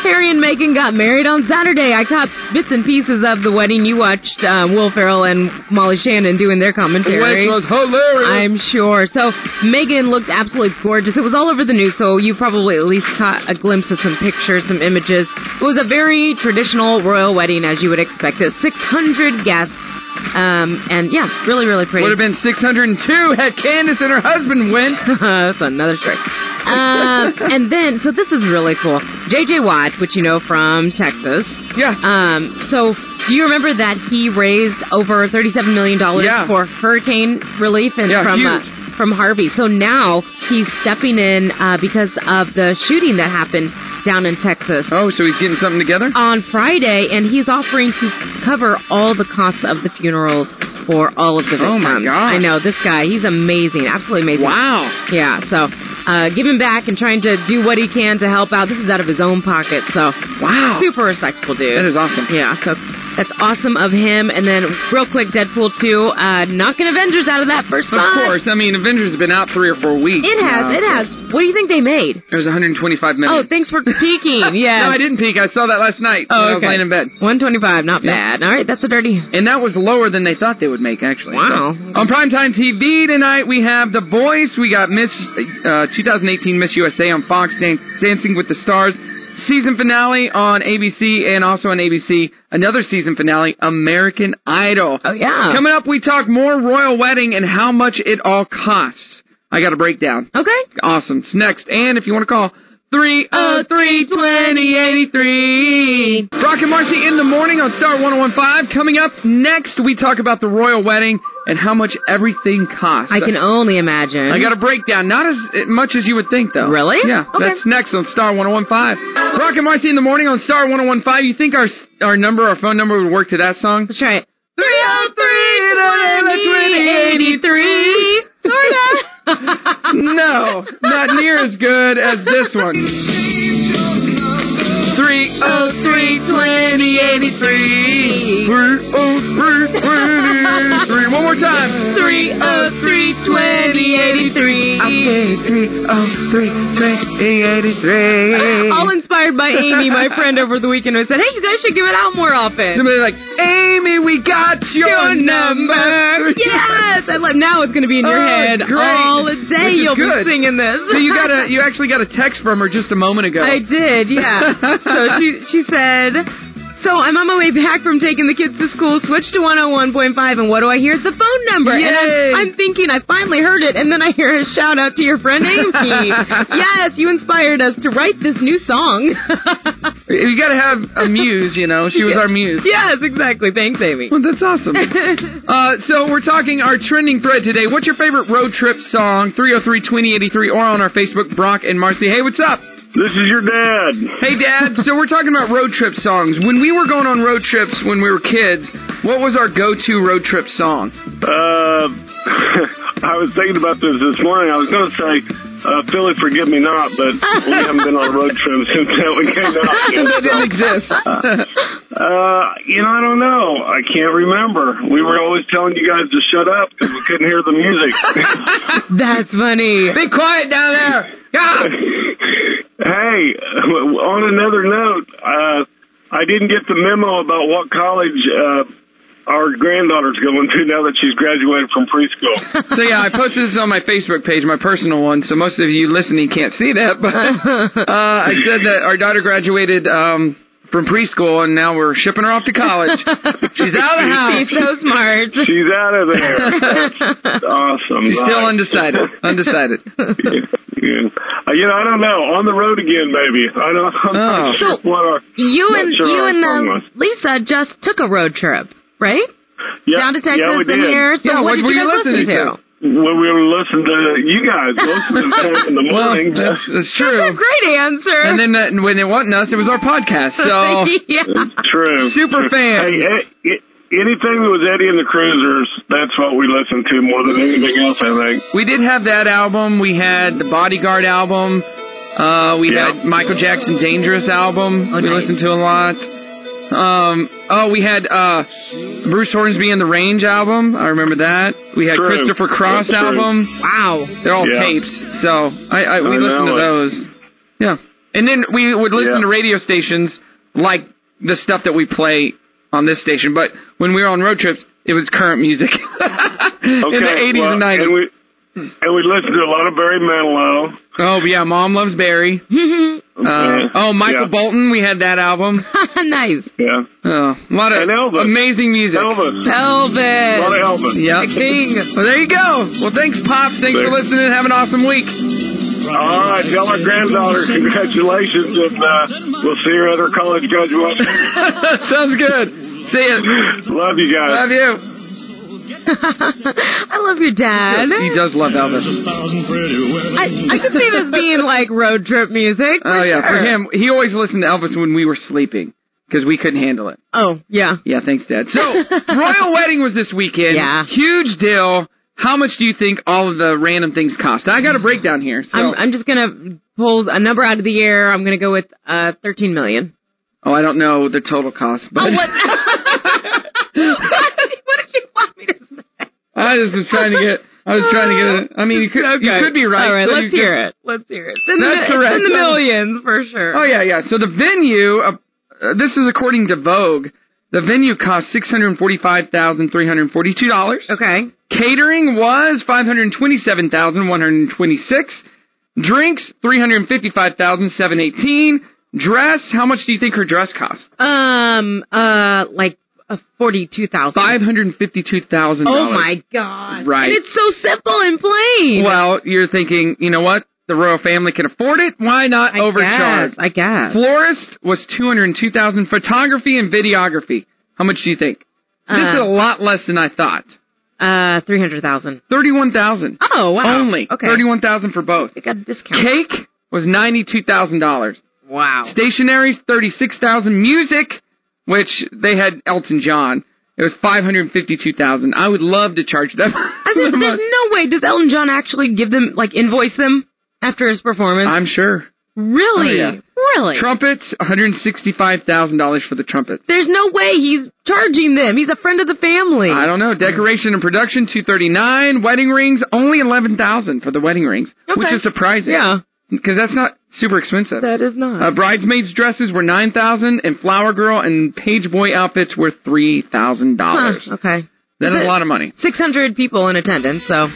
Speaker 2: Harry and Meghan got married on Saturday. I caught bits and pieces of the wedding. You watched uh, Will Ferrell and Molly Shannon doing their commentary.
Speaker 1: Which was hilarious.
Speaker 2: I'm sure. So Megan looked absolutely gorgeous. It was all over the news, so you probably at least caught a glimpse of some pictures, some images. It was a very traditional royal wedding, as you would expect it. 600 guests, um, and yeah, really, really pretty.
Speaker 1: Would have been 602 had Candace and her husband went.
Speaker 2: That's another trick. Um, and then, so this is really cool. JJ Watt, which you know from Texas.
Speaker 1: Yeah.
Speaker 2: Um, so do you remember that he raised over $37 million
Speaker 1: Yeah.
Speaker 2: for hurricane relief and
Speaker 1: Yeah,
Speaker 2: from,
Speaker 1: huge.
Speaker 2: uh, from Harvey? So now he's stepping in uh, because of the shooting that happened down in Texas.
Speaker 1: Oh, so he's getting something together?
Speaker 2: On Friday, and he's offering to cover all the costs of the funerals for all of the victims.
Speaker 1: Oh, my
Speaker 2: I
Speaker 1: gosh.
Speaker 2: know this guy; he's amazing, absolutely amazing.
Speaker 1: Wow.
Speaker 2: Yeah, so uh, giving back and trying to do what he can to help out. This is out of his own pocket, so
Speaker 1: Wow.
Speaker 2: super respectful dude.
Speaker 1: That is awesome.
Speaker 2: yeah, so that's awesome of him. And then real quick, Deadpool two, uh, knocking Avengers out of that first
Speaker 1: Of
Speaker 2: spot.
Speaker 1: course. I mean, Avengers has been out three or four weeks.
Speaker 2: it has, it has. What do you think they made?
Speaker 1: It was 125 million.
Speaker 2: Oh, thanks for peeking. Yeah.
Speaker 1: No, I didn't peek. I saw that last night
Speaker 2: Oh,
Speaker 1: when I was
Speaker 2: okay.
Speaker 1: laying in bed.
Speaker 2: 125, not
Speaker 1: Yeah.
Speaker 2: bad. All right, that's a dirty.
Speaker 1: And that was lower than they thought they would make, actually.
Speaker 2: Wow.
Speaker 1: So, on primetime TV tonight, we have The Voice. We got Miss uh, 2018 Miss USA on Fox, Dan- Dancing with the Stars. Season finale on ABC, and also on ABC, another season finale, American Idol.
Speaker 2: Oh yeah.
Speaker 1: Coming up, we talk more royal wedding and how much it all costs. I got a breakdown.
Speaker 2: Okay.
Speaker 1: Awesome. It's next. And if you want to call, 303-2083. Brock and Marcy in the morning on Star 1015. Coming up next, we talk about the royal wedding and how much everything costs.
Speaker 2: I can only imagine.
Speaker 1: I got a breakdown. Not as much as you would think, though.
Speaker 2: Really?
Speaker 1: Yeah.
Speaker 2: Okay.
Speaker 1: That's next on Star 1015. Brock and Marcy in the morning on Star 1015. You think our our number, our phone number would work to that song?
Speaker 2: Let's try it.
Speaker 1: 303 2083. No, not near as good as this one. oh, 303-2083. oh, 303-2083. One more time.
Speaker 2: oh, 303-2083.
Speaker 1: I said oh, 303-2083.
Speaker 2: All inspired by Amy, my friend over the weekend, who said, "Hey, you guys should give it out more often."
Speaker 1: Somebody like, Amy, we got your,
Speaker 2: Your
Speaker 1: number.
Speaker 2: Yes, I love. Now it's going to be in your
Speaker 1: Oh,
Speaker 2: head
Speaker 1: great.
Speaker 2: all the day.
Speaker 1: Which is
Speaker 2: You'll
Speaker 1: good.
Speaker 2: be singing this.
Speaker 1: So you got a, you actually got a text from her just a moment ago.
Speaker 2: I did, yeah. so she she said, "So I'm on my way back from taking the kids to school. Switch to 101.5, and what do I hear? It's the phone number." And
Speaker 1: Yay.
Speaker 2: I'm, I'm thinking I finally heard it, and then I hear a shout out to your friend Amy. yes, you inspired us to write this new song.
Speaker 1: You got to have a muse, you know. She was our muse.
Speaker 2: yes, exactly. Thanks, Amy.
Speaker 1: Well, that's awesome. uh, so we're talking our trending thread today. What's your favorite road trip song? 303-2083 or on our Facebook, Brock and Marcy. Hey, what's up?
Speaker 5: This is your dad.
Speaker 1: Hey, Dad. so we're talking about road trip songs. When we were going on road trips when we were kids, what was our go-to road trip song?
Speaker 5: Uh, I was thinking about this this morning. I was going to say uh, Philly Forgive Me Not, but we haven't been on a road trip since that one came out.
Speaker 1: That didn't exist.
Speaker 5: Uh, you know, I don't know. I can't remember. We were always telling you guys to shut up because we couldn't hear the music.
Speaker 2: That's funny.
Speaker 1: Be quiet down there. God.
Speaker 5: hey, on another note, uh, I didn't get the memo about what college uh, our granddaughter's going to now that she's graduated from preschool.
Speaker 1: So yeah, I posted this on my Facebook page, my personal one. So most of you listening can't see that, but uh, I said that our daughter graduated um, from preschool, and now we're shipping her off to college. She's out of the house.
Speaker 2: She's so smart.
Speaker 5: she's out of there. That's awesome.
Speaker 1: She's still
Speaker 5: Nice.
Speaker 1: undecided. Undecided.
Speaker 5: Yeah. Uh, you know, I don't know. On the road again, maybe. I don't. I'm
Speaker 1: Oh.
Speaker 5: not sure what our
Speaker 2: You
Speaker 5: Not
Speaker 2: and
Speaker 5: sure
Speaker 2: you
Speaker 5: our
Speaker 2: and
Speaker 5: song
Speaker 2: uh,
Speaker 5: was.
Speaker 2: Lisa just took a road trip, right?
Speaker 5: yeah,
Speaker 2: Down to Texas
Speaker 5: yeah, we
Speaker 2: and
Speaker 5: did.
Speaker 2: here. So
Speaker 1: Yeah,
Speaker 2: what
Speaker 1: what
Speaker 2: did
Speaker 1: were
Speaker 2: you
Speaker 1: you
Speaker 2: guys
Speaker 1: listening
Speaker 2: listen to?
Speaker 1: to?
Speaker 5: when we were listening to you guys, listening to them in the
Speaker 1: Well,
Speaker 5: morning.
Speaker 1: that's, that's true.
Speaker 2: Great answer.
Speaker 1: And then uh, when they wasn't us, it was our podcast. So
Speaker 2: yeah.
Speaker 5: True.
Speaker 1: Super
Speaker 5: True.
Speaker 1: fans.
Speaker 5: Hey, eh, eh, anything with Eddie and the Cruisers, that's what we listen to more than anything else, I think.
Speaker 1: we did have that album. We had the Bodyguard album. Uh, we
Speaker 5: Yeah.
Speaker 1: had Michael Jackson Dangerous album.
Speaker 2: Oh,
Speaker 1: we
Speaker 2: nice.
Speaker 1: listened to a lot. Um, oh, we had uh, Bruce Hornsby and the Range album. I remember that. We had
Speaker 5: True.
Speaker 1: Christopher Cross
Speaker 5: That's true.
Speaker 1: album.
Speaker 2: Wow.
Speaker 1: They're all
Speaker 5: Yeah.
Speaker 1: tapes, so I, I we
Speaker 5: I
Speaker 1: listen to
Speaker 5: know it.
Speaker 1: those. Yeah, and then we would listen
Speaker 5: Yeah.
Speaker 1: to radio stations like the stuff that we play on this station. But when we were on road trips, it was current music in the eighties
Speaker 5: well,
Speaker 1: and nineties.
Speaker 5: And we, and we listen to a lot of Barry Manilow.
Speaker 1: oh yeah, Mom loves Barry. Uh, oh, Michael
Speaker 5: Mm-hmm. yeah.
Speaker 1: Bolton, we had that album.
Speaker 2: nice.
Speaker 5: Yeah.
Speaker 1: Oh, a lot of
Speaker 5: And Elvis.
Speaker 1: amazing music.
Speaker 5: Elvis. A lot of
Speaker 2: Elvis.
Speaker 5: Elvis.
Speaker 1: Yeah.
Speaker 2: The king.
Speaker 1: Well, there you go. Well, thanks, Pops. Thanks for
Speaker 5: Thanks.
Speaker 1: listening. Have an awesome week.
Speaker 5: All right. Tell our granddaughter congratulations, and uh, we'll see her at her college graduation.
Speaker 1: Sounds good. See you.
Speaker 5: Love you guys.
Speaker 1: Love you.
Speaker 2: I love your dad.
Speaker 1: He does love Elvis.
Speaker 2: I, I could see this being like road trip music.
Speaker 1: Oh yeah,
Speaker 2: sure.
Speaker 1: for him, he always listened to Elvis when we were sleeping because we couldn't handle it.
Speaker 2: Oh yeah.
Speaker 1: Yeah, thanks, Dad. So, royal wedding was this weekend.
Speaker 2: Yeah.
Speaker 1: huge deal. How much do you think all of the random things cost? I got a breakdown here. So,
Speaker 2: I'm, I'm just gonna pull a number out of the air. I'm gonna go with uh 13 million.
Speaker 1: oh, I don't know the total cost, but
Speaker 2: Oh, What? what did you want me to say?
Speaker 1: I just was trying to get. I was trying to get. It. I mean, you could you could be right.
Speaker 2: All right,
Speaker 1: so you
Speaker 2: let's
Speaker 1: could-
Speaker 2: hear it. Let's hear it. It's in, the,
Speaker 1: That's
Speaker 2: it's
Speaker 1: correct.
Speaker 2: in the millions for sure.
Speaker 1: Oh yeah, yeah. So the venue, uh, uh, this is according to Vogue. The venue cost six hundred forty-five thousand three hundred forty-two dollars.
Speaker 2: Okay.
Speaker 1: Catering was 527,126. Drinks 355,718. Dress, how much do you think her dress cost?
Speaker 2: Um. Uh. Like uh, 42,000.
Speaker 1: 552,000.
Speaker 2: Oh my god.
Speaker 1: Right.
Speaker 2: And it's so simple and plain.
Speaker 1: Well, you're thinking, you know what? The royal family can afford it. Why not
Speaker 2: I
Speaker 1: overcharge?
Speaker 2: guess, I guess.
Speaker 1: Florist was 202,000. Photography and videography. How much do you think? Just
Speaker 2: Uh,
Speaker 1: a lot less than I thought.
Speaker 2: Uh, three hundred thousand.
Speaker 1: 31,000.
Speaker 2: Oh wow.
Speaker 1: Only.
Speaker 2: Okay.
Speaker 1: 31,000 for both.
Speaker 2: We got a discount.
Speaker 1: Cake was $92,000.
Speaker 2: Wow.
Speaker 1: Stationaries, thirty-six thousand. Music, which they had Elton John. It was five hundred fifty-two thousand. I would love to charge them.
Speaker 2: I said, there's no way. Does Elton John actually give them like invoice them after his performance?
Speaker 1: I'm sure.
Speaker 2: really?
Speaker 1: oh, yeah.
Speaker 2: Really?
Speaker 1: Trumpets, one hundred sixty-five thousand dollars for the trumpets.
Speaker 2: there's no way he's charging them. He's a friend of the family.
Speaker 1: I don't know. Decoration and production, two thirty-nine. Wedding rings, only eleven thousand for the wedding rings, which
Speaker 2: Okay.
Speaker 1: is surprising.
Speaker 2: yeah,
Speaker 1: because that's not super expensive.
Speaker 2: that is
Speaker 1: uh,
Speaker 2: not.
Speaker 1: bridesmaids dresses were nine thousand, and flower girl and page boy outfits were three thousand
Speaker 2: Huh,
Speaker 1: dollars.
Speaker 2: okay.
Speaker 1: That is
Speaker 2: But-
Speaker 1: a lot of money.
Speaker 2: Six hundred people in attendance, so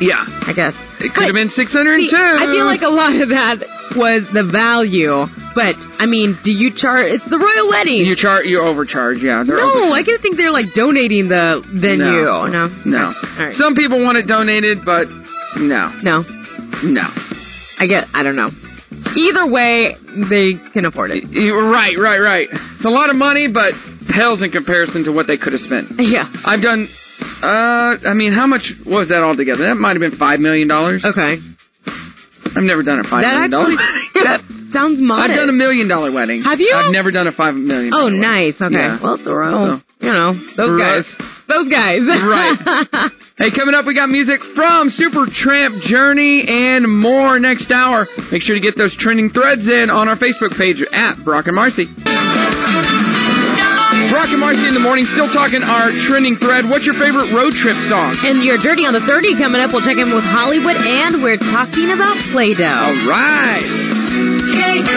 Speaker 1: Yeah,
Speaker 2: I guess.
Speaker 1: it
Speaker 2: But-
Speaker 1: could have been six hundred and
Speaker 2: See,
Speaker 1: two.
Speaker 2: I feel like a lot of that was the value, but I mean, do you charge? It's the royal wedding.
Speaker 1: You char you overcharge, yeah. They're
Speaker 2: no,
Speaker 1: overcharged.
Speaker 2: I can think they're like donating the venue.
Speaker 1: No.
Speaker 2: No,
Speaker 1: no.
Speaker 2: right.
Speaker 1: Some people want it donated, but no,
Speaker 2: no.
Speaker 1: no.
Speaker 2: I get. I don't know. Either way, they can afford it.
Speaker 1: You're right, right, right. It's a lot of money, but pales in comparison to what they could have spent.
Speaker 2: Yeah.
Speaker 1: I've done. Uh, I mean, how much was that altogether? That might have been five million dollars.
Speaker 2: Okay.
Speaker 1: I've never done a five
Speaker 2: That
Speaker 1: million dollar.
Speaker 2: actually that sounds
Speaker 1: I've
Speaker 2: modest.
Speaker 1: done a million dollar wedding.
Speaker 2: Have you?
Speaker 1: I've never done a five million.
Speaker 2: oh,
Speaker 1: dollar wedding.
Speaker 2: nice. Okay.
Speaker 1: Yeah.
Speaker 2: Well, it's the royal.
Speaker 1: So.
Speaker 2: You know those
Speaker 1: Right.
Speaker 2: guys. Those guys.
Speaker 1: Right. Hey, coming up, we got music from Supertramp, Journey, and more next hour. Make sure to get those trending threads in on our Facebook page at Brock and Marcy. Brock and Marcy in the morning, still talking our trending thread. What's your favorite road trip song?
Speaker 2: and your dirty on the thirty coming up. We'll check in with Hollywood, and we're talking about Play-Doh.
Speaker 1: All right.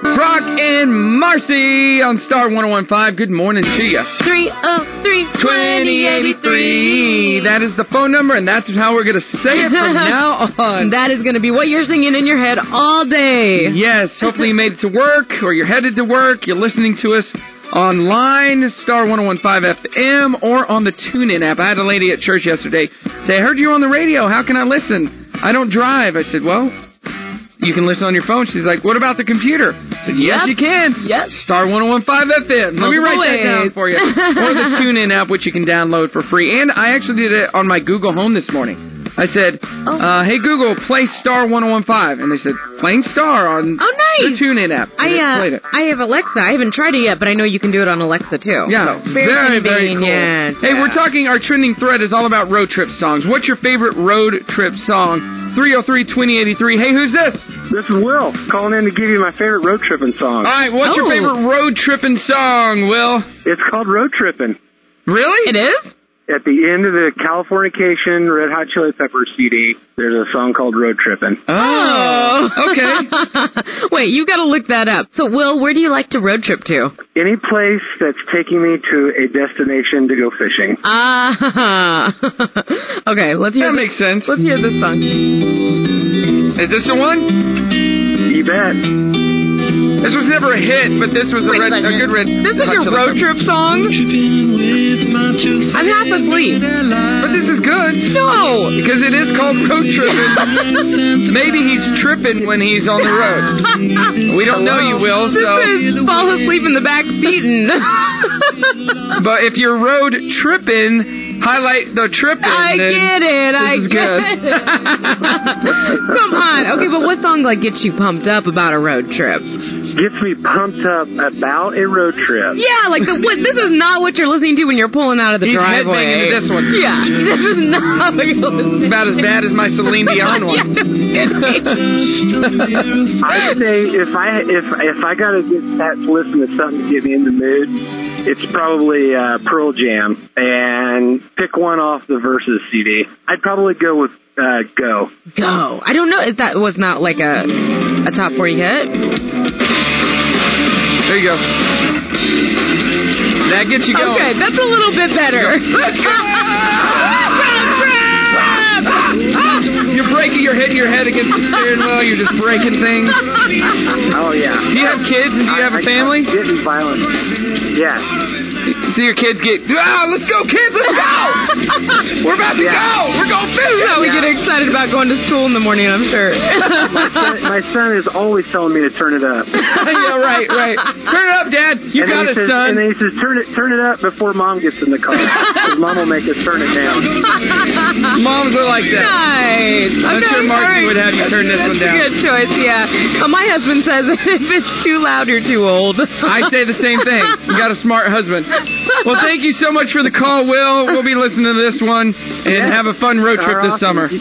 Speaker 1: Brock and Marcy on Star 1015. Good morning to you.
Speaker 2: Three oh three twenty eighty three.
Speaker 1: That is the phone number, and that's how we're going to say it from now on.
Speaker 2: That is going to be what you're singing in your head all day.
Speaker 1: Yes, hopefully you made it to work or you're headed to work. You're listening to us online, Star 1015 FM, or on the TuneIn app. I had a lady at church yesterday say, I heard you on the radio. How can I listen? I don't drive. I said, Well, you can listen on your phone. She's like, What about the computer? said,
Speaker 2: Yep.
Speaker 1: yes, you can.
Speaker 2: Yep.
Speaker 1: Star 1015 FM. Let me
Speaker 2: Multiple
Speaker 1: write that
Speaker 2: ways.
Speaker 1: down for you. or the TuneIn app, which you can download for free. And I actually did it on my Google Home this morning. I said,
Speaker 2: Oh.
Speaker 1: uh, hey, Google, play Star 1015. And they said, playing Star on
Speaker 2: Oh,
Speaker 1: the
Speaker 2: nice.
Speaker 1: TuneIn app. And
Speaker 2: I
Speaker 1: it played
Speaker 2: uh,
Speaker 1: it.
Speaker 2: I have Alexa. I haven't tried it yet, but I know you can do it on Alexa too.
Speaker 1: Yeah,
Speaker 2: So,
Speaker 1: very, very, cool.
Speaker 2: convenient.
Speaker 1: Hey, we're
Speaker 2: Yeah.
Speaker 1: talking, our trending thread is all about road trip songs. What's your favorite road trip song? 303 2083. Hey, who's this?
Speaker 8: This is Will calling in to give you my favorite road tripping song.
Speaker 1: All right, what's
Speaker 2: Oh.
Speaker 1: your favorite road tripping song, Will?
Speaker 8: It's called Road Tripping.
Speaker 1: Really?
Speaker 2: It is.
Speaker 8: At the end of the Californication Red Hot Chili Peppers CD, there's a song called Road Trippin'.
Speaker 1: Oh.
Speaker 2: Oh.
Speaker 1: okay.
Speaker 2: Wait, you got to look that up. So, Will, where do you like to road trip to?
Speaker 8: Any place that's taking me to a destination to go fishing.
Speaker 2: Ah. okay, let's hear.
Speaker 1: That
Speaker 2: this-
Speaker 1: makes sense.
Speaker 2: let's hear this song.
Speaker 1: Is this the one?
Speaker 8: You bet.
Speaker 1: This was never a hit, but this was a,
Speaker 2: Wait a
Speaker 1: red, a
Speaker 2: second.
Speaker 1: good red. uh,
Speaker 2: This is
Speaker 1: Hot
Speaker 2: your
Speaker 1: Chili
Speaker 2: road
Speaker 1: Peppers.
Speaker 2: trip song. I'm half asleep.
Speaker 1: But this is good
Speaker 2: No.
Speaker 1: because it is called road tripping. Maybe he's tripping when he's on the road. We don't know you, Will.
Speaker 2: This
Speaker 1: So,
Speaker 2: is fall asleep in the back seat. and-
Speaker 1: but if you're road tripping, highlight the tripping.
Speaker 2: I
Speaker 1: then-
Speaker 2: get it. I
Speaker 1: is
Speaker 2: get
Speaker 1: good.
Speaker 2: it. Come on. Okay, but what song like gets you pumped up about a road trip?
Speaker 8: Gets me pumped up about a road trip.
Speaker 2: Yeah, like the, what, this is not what you're listening to when you're pulling out of the
Speaker 1: He's headbanging
Speaker 2: driveway.
Speaker 1: to this one.
Speaker 2: Yeah, this is not what you're listening.
Speaker 1: About as bad as my Celine Dion
Speaker 2: Yeah, no
Speaker 1: one.
Speaker 2: kidding.
Speaker 8: I'd say if I if if I gotta get that to listen to something to get me in the mood, it's probably uh, Pearl Jam and pick one off the Versus CD. I'd probably go with uh, Go.
Speaker 2: Go. I don't know. Is that was not like a a top forty hit?
Speaker 1: There you go. That gets you going.
Speaker 2: Okay, that's a little bit better.
Speaker 1: Let's go! You're breaking. You're hitting your head against the steering wheel. You're just breaking things.
Speaker 8: Oh yeah.
Speaker 1: Do you have kids and do you have
Speaker 8: I-
Speaker 1: a
Speaker 8: I-
Speaker 1: family?
Speaker 8: I'm getting violent. Yeah.
Speaker 1: Do your kids get? Ah, let's go, kids! Let's go! We're about to go. We're going
Speaker 2: That's
Speaker 1: fishing.
Speaker 2: how we get excited about going to school in the morning. I'm sure.
Speaker 8: My son is always telling me to turn it up.
Speaker 1: yeah, right, right. Turn it up, Dad. You
Speaker 8: and
Speaker 1: got it,
Speaker 8: then he says, And
Speaker 1: son.
Speaker 8: then he says, "Turn it, turn it up before mom gets in the car. 'Cause mom will make us turn it down."
Speaker 1: Moms are like that.
Speaker 2: nice.
Speaker 1: I'm
Speaker 2: Okay,
Speaker 1: sure
Speaker 2: all
Speaker 1: Marcy
Speaker 2: right.
Speaker 1: would have you turn this
Speaker 2: That's a
Speaker 1: one down.
Speaker 2: good choice, yeah. Uh, my husband says if it's too loud, you're too old.
Speaker 1: I say the same thing. You got a smart husband. Well, thank you so much for the call, Will. We'll be listening to this one and
Speaker 8: Yeah.
Speaker 1: have a fun road trip
Speaker 8: Are
Speaker 1: this summer.
Speaker 8: awesome. You,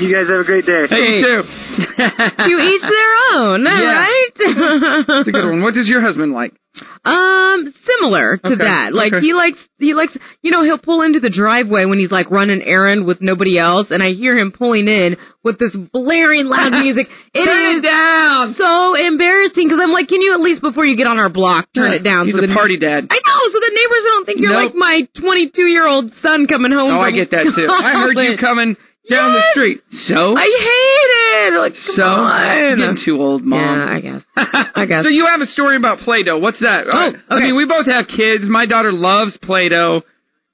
Speaker 8: you guys have a great day.
Speaker 1: Hey, you too.
Speaker 2: to each their own, all
Speaker 1: Yeah.
Speaker 2: right?
Speaker 1: That's a good one. What does your husband like?
Speaker 2: Um, similar to
Speaker 1: Okay,
Speaker 2: that. Like
Speaker 1: okay.
Speaker 2: he likes he likes you know he'll pull into the driveway when he's like running errand with nobody else, and I hear him pulling in with this blaring loud music. It is
Speaker 1: down.
Speaker 2: so embarrassing because I'm like, can you at least before you get on our block turn it down?
Speaker 1: He's
Speaker 2: so
Speaker 1: a
Speaker 2: the-
Speaker 1: party dad.
Speaker 2: I know, so the neighbors don't think you're like
Speaker 1: Nope.
Speaker 2: my 22 year old son coming home.
Speaker 1: Oh, I
Speaker 2: from
Speaker 1: get that too. I heard
Speaker 2: college.
Speaker 1: you coming down the
Speaker 2: Yes.
Speaker 1: street. So,
Speaker 2: I hate it. Like, come
Speaker 1: so
Speaker 2: on.
Speaker 1: you're getting too old,
Speaker 2: yeah,
Speaker 1: mom.
Speaker 2: I guess. I guess. Oh,
Speaker 1: So you have a story about Play-Doh. What's that? I- I
Speaker 2: okay.
Speaker 1: mean, we both have kids. My daughter loves Play-Doh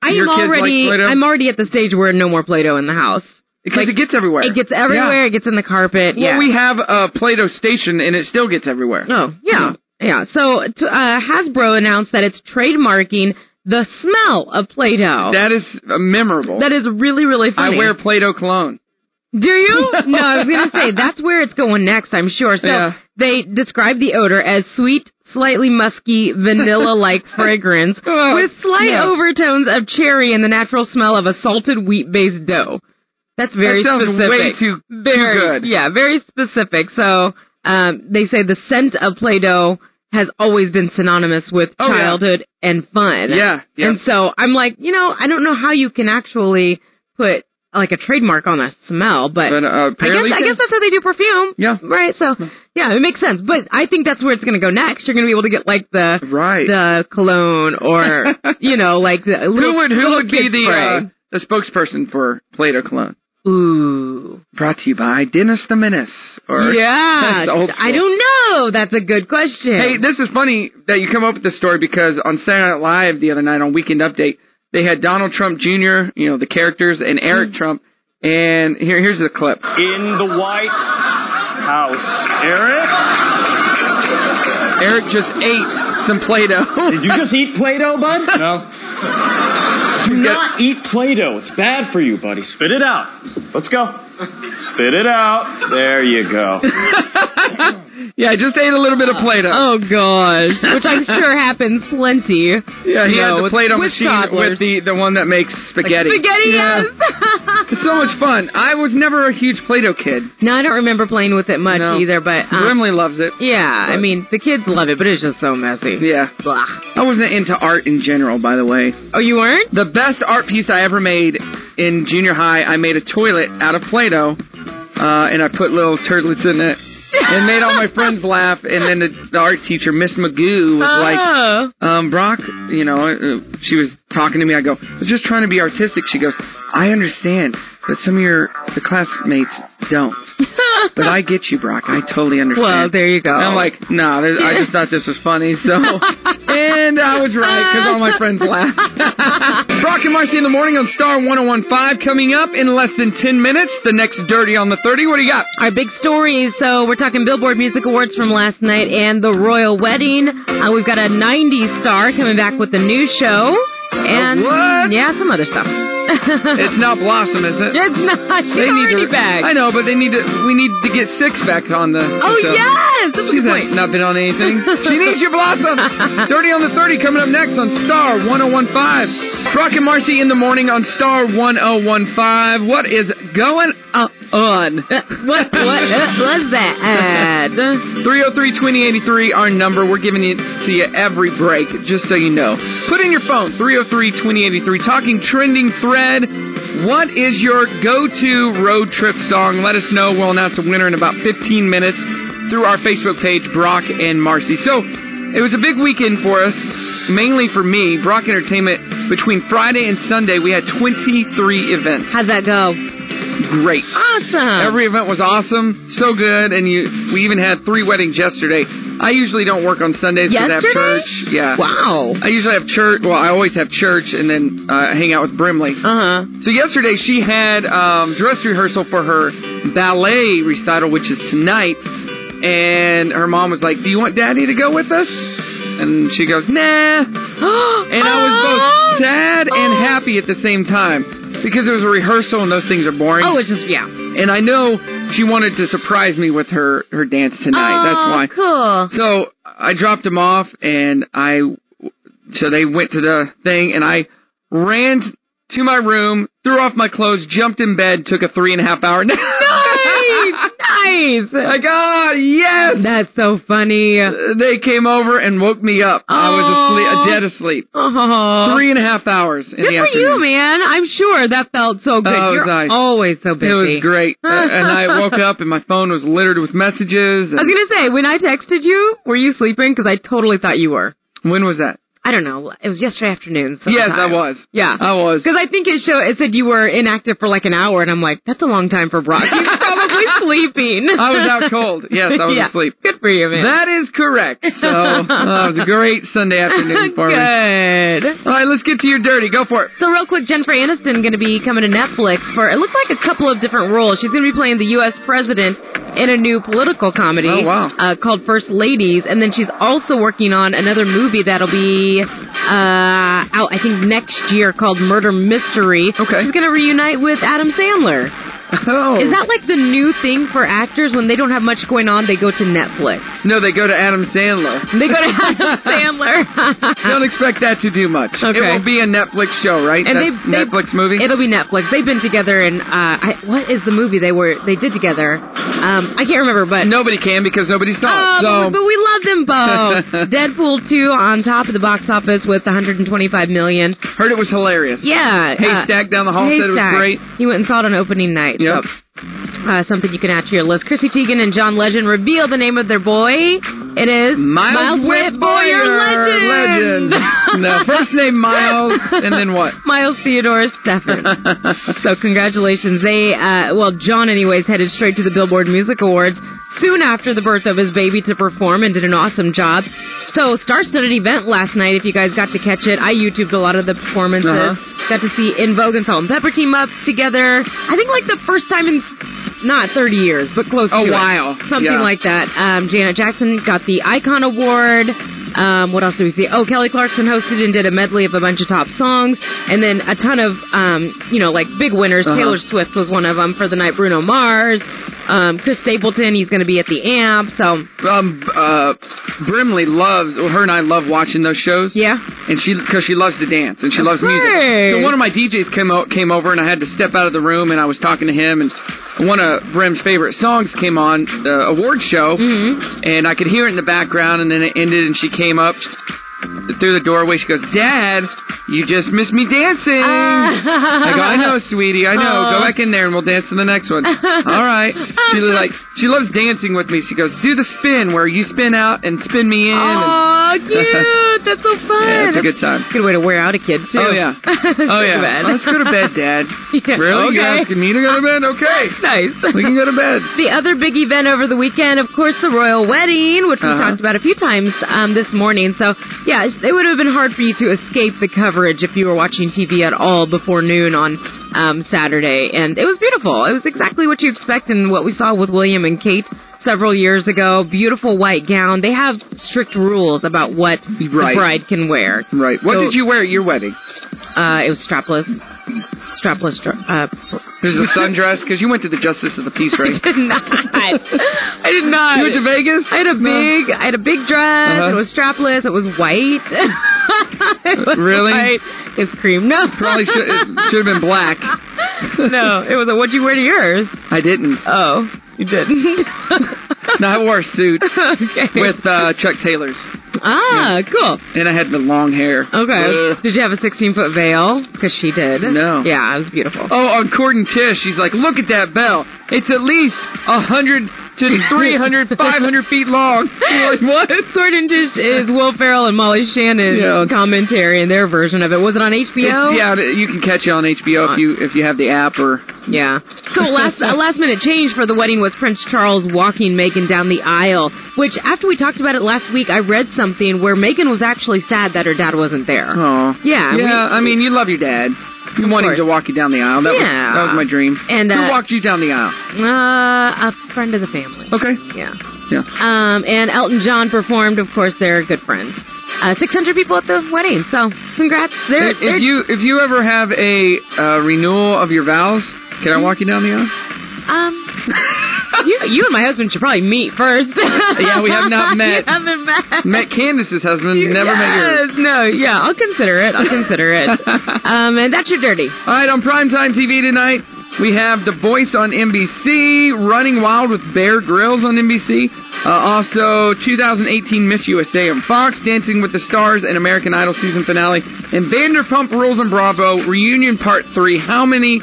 Speaker 2: I
Speaker 1: your
Speaker 2: am
Speaker 1: kids like
Speaker 2: already.
Speaker 1: Play-Doh?
Speaker 2: I'm already at the stage where no more Play-Doh in the house.
Speaker 1: because
Speaker 2: Like,
Speaker 1: it gets everywhere.
Speaker 2: It gets everywhere. It gets in the carpet.
Speaker 1: Well,
Speaker 2: yeah.
Speaker 1: we have a Play-Doh station, and it still gets everywhere.
Speaker 2: oh, yeah, yeah. So t- uh, Hasbro announced that it's trademarking the smell of Play-Doh.
Speaker 1: That is uh, memorable.
Speaker 2: that is really, really
Speaker 1: I
Speaker 2: funny.
Speaker 1: wear Play-Doh cologne.
Speaker 2: Do you? No, I was gonna say that's where it's going next. I'm sure. So
Speaker 1: Yeah.
Speaker 2: they describe the odor as sweet, slightly musky, vanilla-like fragrance
Speaker 1: Oh,
Speaker 2: with slight
Speaker 1: yeah.
Speaker 2: overtones of cherry and the natural smell of a salted wheat-based dough. That's very
Speaker 1: that sounds
Speaker 2: specific.
Speaker 1: way too, too
Speaker 2: very
Speaker 1: good.
Speaker 2: Yeah, very specific. So um, they say the scent of Play-Doh has always been synonymous with
Speaker 1: Oh, yeah.
Speaker 2: childhood and fun.
Speaker 1: Yeah, yeah.
Speaker 2: And so I'm like, you know, I don't know how you can actually put like a trademark on a smell, but,
Speaker 1: But,
Speaker 2: I
Speaker 1: uh,
Speaker 2: guess
Speaker 1: apparently
Speaker 2: I guess that's how they do perfume.
Speaker 1: Yeah.
Speaker 2: Right. So yeah, it makes sense. But I think that's where it's gonna go next. You're gonna be able to get like the
Speaker 1: Right.
Speaker 2: the cologne or you know like the little,
Speaker 1: who would who
Speaker 2: little
Speaker 1: would be
Speaker 2: kid
Speaker 1: the uh,
Speaker 2: spray.
Speaker 1: the spokesperson for Play-Doh cologne?
Speaker 2: ooh.
Speaker 1: Brought to you by Dennis the Menace. Or
Speaker 2: Yeah,
Speaker 1: That's old
Speaker 2: I
Speaker 1: school.
Speaker 2: don't know. That's a good question.
Speaker 1: Hey, this is funny that you come up with this story because on Saturday Night Live the other night on Weekend Update, they had Donald Trump Jr., you know, the characters, and Eric
Speaker 2: Mm.
Speaker 1: Trump. And here, here's the clip.
Speaker 9: in the White House. Eric?
Speaker 1: Eric just ate some Play-Doh.
Speaker 9: Did you just eat Play-Doh, bud? No. Do not eat Play-Doh. It's bad for you, buddy. Spit it out. Let's go. Spit it out. There you go.
Speaker 1: yeah, I just ate a little bit of Play-Doh.
Speaker 2: Oh gosh, which I'm sure happens plenty.
Speaker 1: Yeah, he
Speaker 2: you know,
Speaker 1: had the
Speaker 2: with-
Speaker 1: Play-Doh
Speaker 2: with
Speaker 1: machine
Speaker 2: toddlers.
Speaker 1: with the, the one that makes spaghetti.
Speaker 2: spaghetti,
Speaker 1: Yeah.
Speaker 2: yes.
Speaker 1: it's so much fun. I was never a huge Play-Doh kid.
Speaker 2: No, I don't remember playing with it much
Speaker 1: No.
Speaker 2: either, but um,
Speaker 1: Brimley loves it.
Speaker 2: yeah, I mean the kids love it, but it's just so messy.
Speaker 1: Yeah.
Speaker 2: Blah.
Speaker 1: I wasn't into art in general, by the way.
Speaker 2: Oh, you weren't?
Speaker 1: The best art piece I ever made in junior high, I made a toilet out of Play-Doh, uh, and I put little turtlets in it. and made all my friends laugh, and then the, the art teacher, Miss Magoo, was like,
Speaker 2: oh.
Speaker 1: um, Brock, you know, uh, she was talking to me. I go, I was just trying to be artistic. She goes, I understand, but some of your the classmates don't. but I get you, Brock. I totally
Speaker 2: well,
Speaker 1: understand.
Speaker 2: there you go.
Speaker 1: and I'm like, nah, there's- I just thought this was funny. So, and I was right because all my friends laughed. Brock and Marcy in the morning on Star 1015. Coming up in less than 10 minutes, the next Dirty on the 30. What do you got?
Speaker 2: Our big stories. So we're talking Billboard Music Awards from last night and the royal wedding. Uh, we've got a '90s star coming back with a new show, and
Speaker 1: what?
Speaker 2: yeah, some other stuff.
Speaker 1: It's not Blossom, is it?
Speaker 2: It's not. She's
Speaker 1: They need
Speaker 2: already
Speaker 1: to,
Speaker 2: back.
Speaker 1: I know, but they need to. We need to get six back on the.
Speaker 2: Oh
Speaker 1: show.
Speaker 2: yes, that's a
Speaker 1: She's
Speaker 2: good point.
Speaker 1: not, not been on anything. she needs you, Blossom. Dirty on the 30 coming up next on Star 1015. Brock and Marcy in the morning on Star 1015. What is going o- on?
Speaker 2: Uh, what what uh, was that ad?
Speaker 1: 303-2083, our number. We're giving it to you every break, just so you know. Put in your phone, 303-2083. Talking trending thread. What is your go-to road trip song? Let us know. We'll announce a winner in about 15 minutes through our Facebook page, Brock and Marcy. So, it was a big weekend for us, mainly for me. Brock Entertainment, between Friday and Sunday, we had 23 events.
Speaker 2: How'd that go?
Speaker 1: Great.
Speaker 2: Awesome.
Speaker 1: Every event was awesome, so good, and you. We even had three weddings yesterday. I usually don't work on Sundays because I have
Speaker 2: Yesterday?
Speaker 1: church. Yeah.
Speaker 2: wow.
Speaker 1: I usually have church. Well, I always have church, and then uh, hang out with Brimley.
Speaker 2: Uh huh.
Speaker 1: So yesterday she had um, dress rehearsal for her ballet recital, which is tonight. And her mom was like, "Do you want Daddy to go with us?" And she goes, "Nah." And I was both
Speaker 2: Oh.
Speaker 1: sad and happy at the same time because it was a rehearsal and those things are boring.
Speaker 2: Oh, it's just yeah.
Speaker 1: And I know she wanted to surprise me with her her dance tonight. That's why.
Speaker 2: Cool.
Speaker 1: So I dropped him off, and I so they went to the thing, and I ran to my room, threw off my clothes, jumped in bed, took a three and a half hour nap.
Speaker 2: Nice. nice.
Speaker 1: Like, oh yes!
Speaker 2: That's so funny.
Speaker 1: They came over and woke me up. I was asleep,
Speaker 2: Aw.
Speaker 1: dead asleep.
Speaker 2: Oh.
Speaker 1: Three and a half hours in
Speaker 2: Good
Speaker 1: the
Speaker 2: for
Speaker 1: afternoon.
Speaker 2: you, man. I'm sure that felt so good.
Speaker 1: Oh, it was
Speaker 2: You're
Speaker 1: nice.
Speaker 2: always so busy.
Speaker 1: It was great, Uh, and I woke up, and my phone was littered with messages.
Speaker 2: I was
Speaker 1: And
Speaker 2: gonna say when I texted you, were you sleeping? Because I totally thought you were.
Speaker 1: when was that?
Speaker 2: I don't know. It was yesterday afternoon.
Speaker 1: Yes, I
Speaker 2: sometime.
Speaker 1: was.
Speaker 2: Yeah.
Speaker 1: I was.
Speaker 2: Because I think it showed. It said you were inactive for like an hour, and I'm like, that's a long time for Brock. He's probably sleeping.
Speaker 1: I was out cold. Yes, I was
Speaker 2: Yeah.
Speaker 1: asleep.
Speaker 2: Good for you, man.
Speaker 1: That is correct. So uh, it was a great Sunday afternoon for me.
Speaker 2: Good.
Speaker 1: All right, let's get to your dirty. Go for it.
Speaker 2: So real quick, Jennifer Aniston going to be coming to Netflix for it looks like a couple of different roles. She's going to be playing the U.S. president in a new political comedy
Speaker 1: Oh, wow.
Speaker 2: uh, called First Ladies, and then she's also working on another movie that'll be uh, out I think next year called Murder Mystery.
Speaker 1: Okay.
Speaker 2: she's going to reunite with Adam Sandler.
Speaker 1: Oh.
Speaker 2: Is that like the new thing for actors when they don't have much going on, they go to Netflix?
Speaker 1: no, they go to Adam Sandler.
Speaker 2: They go to Adam Sandler.
Speaker 1: Don't expect that to do much.
Speaker 2: Okay.
Speaker 1: It will be a Netflix show, right?
Speaker 2: And
Speaker 1: That's
Speaker 2: they've- they've-
Speaker 1: Netflix movie.
Speaker 2: It'll be Netflix. They've been together in uh, I, what is the movie they were they did together? Um, I can't remember, but
Speaker 1: Nobody can because nobody saw
Speaker 2: Oh,
Speaker 1: it.
Speaker 2: but,
Speaker 1: So
Speaker 2: we, but we love them both. Deadpool two on top of the box office with 125 million.
Speaker 1: heard it was hilarious.
Speaker 2: Yeah, uh,
Speaker 1: Haystack down the hall said it was
Speaker 2: Haystack.
Speaker 1: great.
Speaker 2: He went and saw it on opening night.
Speaker 1: Yep.
Speaker 2: So, uh, something you can add to your list. Chrissy Teigen and John Legend reveal the name of their boy. It is
Speaker 1: Miles,
Speaker 2: Whitboy, your legend.
Speaker 1: legend. no, first name Miles, and then what?
Speaker 2: Miles Theodore Stephan. so congratulations. They, uh, well, John, anyways, headed straight to the Billboard Music Awards soon after the birth of his baby to perform and did an awesome job. So star-studded event last night. If you guys got to catch it, I YouTubed a lot of the performances.
Speaker 1: Uh-huh.
Speaker 2: Got to see In Vogue and Salt and Pepper team up together. I think like the first time in not 30 years, but close
Speaker 1: A
Speaker 2: to it.
Speaker 1: while.
Speaker 2: Something
Speaker 1: Oh, Yeah.
Speaker 2: like that. Um, Janet Jackson got the Icon Award. Um, what else do we see? Oh, Kelly Clarkson hosted and did a medley of a bunch of top songs, and then a ton of, um, you know, like big winners.
Speaker 10: Uh-huh.
Speaker 2: Taylor Swift was one of them for the night. Bruno Mars, um, Chris Stapleton, he's going to be at the AMP. So
Speaker 1: um, uh, Brimley loves well, her and I love watching those shows.
Speaker 2: Yeah,
Speaker 1: and she because she loves to dance and she loves
Speaker 2: course.
Speaker 1: music. So one of my DJs came o- came over and I had to step out of the room and I was talking to him and one of Brim's favorite songs came on the award show
Speaker 2: Mm-hmm.
Speaker 1: and I could hear it in the background and then it ended and she came up through the doorway. She goes, "Dad, you just missed me dancing."
Speaker 2: Ah.
Speaker 1: I go, "I know, sweetie. I know. Go
Speaker 2: Aw.
Speaker 1: back in there and we'll dance to the next one." All right. She was like she loves dancing with me. She goes, "Do the spin where you spin out and spin me in."
Speaker 2: Aw, cute. That's so fun.
Speaker 1: yeah, it's a good time.
Speaker 2: Good way to wear out a kid too.
Speaker 1: Oh yeah.
Speaker 2: Go
Speaker 1: Oh
Speaker 2: to
Speaker 1: yeah.
Speaker 2: bed.
Speaker 1: Let's go to bed, Dad. Really? You're
Speaker 2: Okay.
Speaker 1: asking me to go to bed? Okay.
Speaker 2: nice.
Speaker 1: We can go to bed.
Speaker 2: The other big event over the weekend, of course, the royal wedding, which we
Speaker 1: Uh-huh.
Speaker 2: talked about a few times um, this morning. So, yeah, it would have been hard for you to escape the coverage if you were watching TV at all before noon on um, Saturday. And it was beautiful. It was exactly what you expect and what we saw with William and Kate several years ago. Beautiful white gown. They have strict rules about what the
Speaker 1: Right.
Speaker 2: bride can wear.
Speaker 1: Right. What did you wear at your wedding?
Speaker 2: Uh, it was strapless. Strapless. Dra- uh,
Speaker 1: There's a sundress because you went to the Justice of the Peace, right?
Speaker 2: did not. I did not.
Speaker 1: You went to Vegas?
Speaker 2: I had a big, I had a big dress.
Speaker 1: Uh-huh.
Speaker 2: It was strapless. It was white. It was
Speaker 1: Really?
Speaker 2: White. It's cream. No.
Speaker 1: Probably should, should have been black.
Speaker 2: no. It was a. What'd you wear to yours?
Speaker 1: I didn't.
Speaker 2: Oh, you didn't.
Speaker 1: No, I wore a suit
Speaker 2: okay.
Speaker 1: with uh, Chuck Taylor's,
Speaker 2: ah, cool.
Speaker 1: and I had the long hair.
Speaker 2: Okay.
Speaker 1: Ugh.
Speaker 2: Did you have a 16 foot veil? Because she did.
Speaker 1: No.
Speaker 2: Yeah, it was beautiful.
Speaker 1: Oh, on Cord and Tish, she's like, look at that bell. It's at least a 100 to 300, 500 feet long. I'm like, what?
Speaker 2: Sword and Dish is Will Ferrell and Molly Shannon's
Speaker 1: Yeah.
Speaker 2: commentary and their version of it. Was it on HBO?
Speaker 1: It's- yeah, you can catch it on HBO if you if you have the app or
Speaker 2: Yeah. So last a last minute change for the wedding was Prince Charles walking Meghan down the aisle, which after we talked about it last week, I read something where Meghan was actually sad that her dad wasn't there.
Speaker 1: Oh.
Speaker 2: Yeah, we-
Speaker 1: Yeah, I mean, you love your dad. You want him to walk you down the aisle. That
Speaker 2: Yeah.
Speaker 1: was that was my dream.
Speaker 2: And,
Speaker 1: who
Speaker 2: uh,
Speaker 1: walked you down the aisle?
Speaker 2: Uh, a friend of the family.
Speaker 1: Okay.
Speaker 2: Yeah.
Speaker 1: Yeah.
Speaker 2: Um, and Elton John performed. Of course, they're good friends. Uh, 600 people at the wedding. So congrats. They're,
Speaker 1: if,
Speaker 2: they're-
Speaker 1: if you if you ever have a uh, renewal of your vows, can I walk you down the aisle?
Speaker 2: um. You, you and my husband should probably meet first.
Speaker 1: Yeah, we have not
Speaker 2: You
Speaker 1: met.
Speaker 2: haven't met.
Speaker 1: Met Candace's husband, never
Speaker 2: yes,
Speaker 1: met yours.
Speaker 2: No, yeah, I'll consider it. I'll consider it. um, and that's your dirty.
Speaker 1: All right, on primetime TV tonight, we have The Voice on NBC, Running Wild with Bear Grylls on NBC, uh, also 2018 Miss USA on Fox, Dancing with the Stars, and American Idol season finale, and Vanderpump Rules on Bravo, Reunion Part 3. How many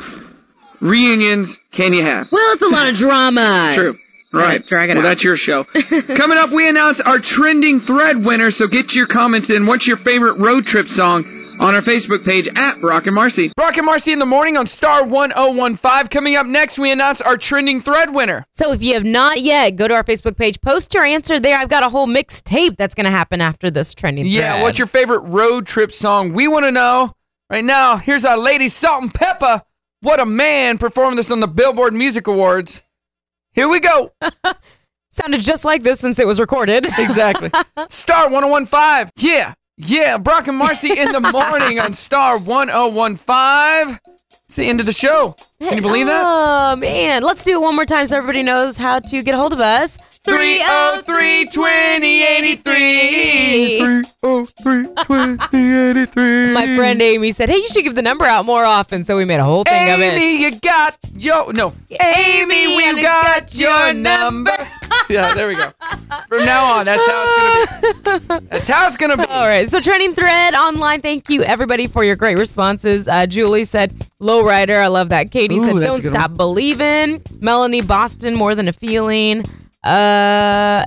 Speaker 1: reunions can you have?
Speaker 2: Well, it's a lot of drama.
Speaker 1: True. Right.
Speaker 2: Alright, drag it
Speaker 1: well,
Speaker 2: out.
Speaker 1: that's your show. Coming up, we announce our trending thread winner, so get your comments in. What's your favorite road trip song on our Facebook page at Brock and Marcy? Brock and Marcy in the morning on Star 1015. Coming up next, we announce our trending thread winner.
Speaker 10: So if you have not yet, go to our Facebook page, post your answer there. I've got a whole mixtape that's going to happen after this trending.
Speaker 1: Yeah,
Speaker 10: thread.
Speaker 1: what's your favorite road trip song? We want to know. Right now, here's our lady Salt and Peppa. What a man performed this on the Billboard Music Awards. Here we go.
Speaker 10: sounded just like this since it was recorded?
Speaker 1: Exactly. Star 1015. Yeah. Yeah. Brock and Marcy in the morning on Star 1015. It's the end of the show. Can you believe that?
Speaker 10: Oh man, let's do it one more time so everybody knows how to get a hold of us.
Speaker 1: 303 2083. 303 2083.
Speaker 10: My friend Amy said, "Hey, you should give the number out more often." So we made a whole thing of it.
Speaker 1: Amy, you got your. No. Amy,
Speaker 10: and
Speaker 1: we
Speaker 10: it's
Speaker 1: got
Speaker 10: got
Speaker 1: your
Speaker 10: your
Speaker 1: number. yeah, there we go. From now on, that's how it's going to be. That's how it's going to be.
Speaker 10: All right, so trending thread online. Thank you everybody for your great responses. Uh, Julie said, "Lowrider," I love that. Katie
Speaker 1: Ooh,
Speaker 10: said,
Speaker 1: that's a
Speaker 10: "Don't
Speaker 1: good
Speaker 10: stop believing." Melanie Boston, more than a feeling. Uh,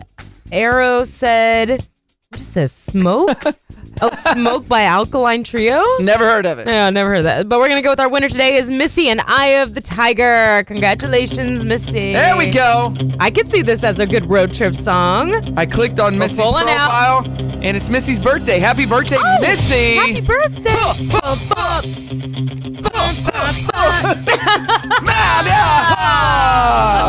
Speaker 10: Arrow said, "What is this? Smoke? oh, smoke by Alkaline Trio."
Speaker 1: Never heard of it.
Speaker 10: Yeah, I never heard that. But we're gonna go with our winner today is Missy and Eye of the Tiger. Congratulations, Missy.
Speaker 1: There we go.
Speaker 10: I could see this as a good road trip song.
Speaker 1: I clicked on Missy's
Speaker 10: pulling out.
Speaker 1: profile, and it's Missy's birthday. Happy birthday,
Speaker 10: Oh,
Speaker 1: Missy!
Speaker 10: Happy birthday! Oh,
Speaker 1: Ah,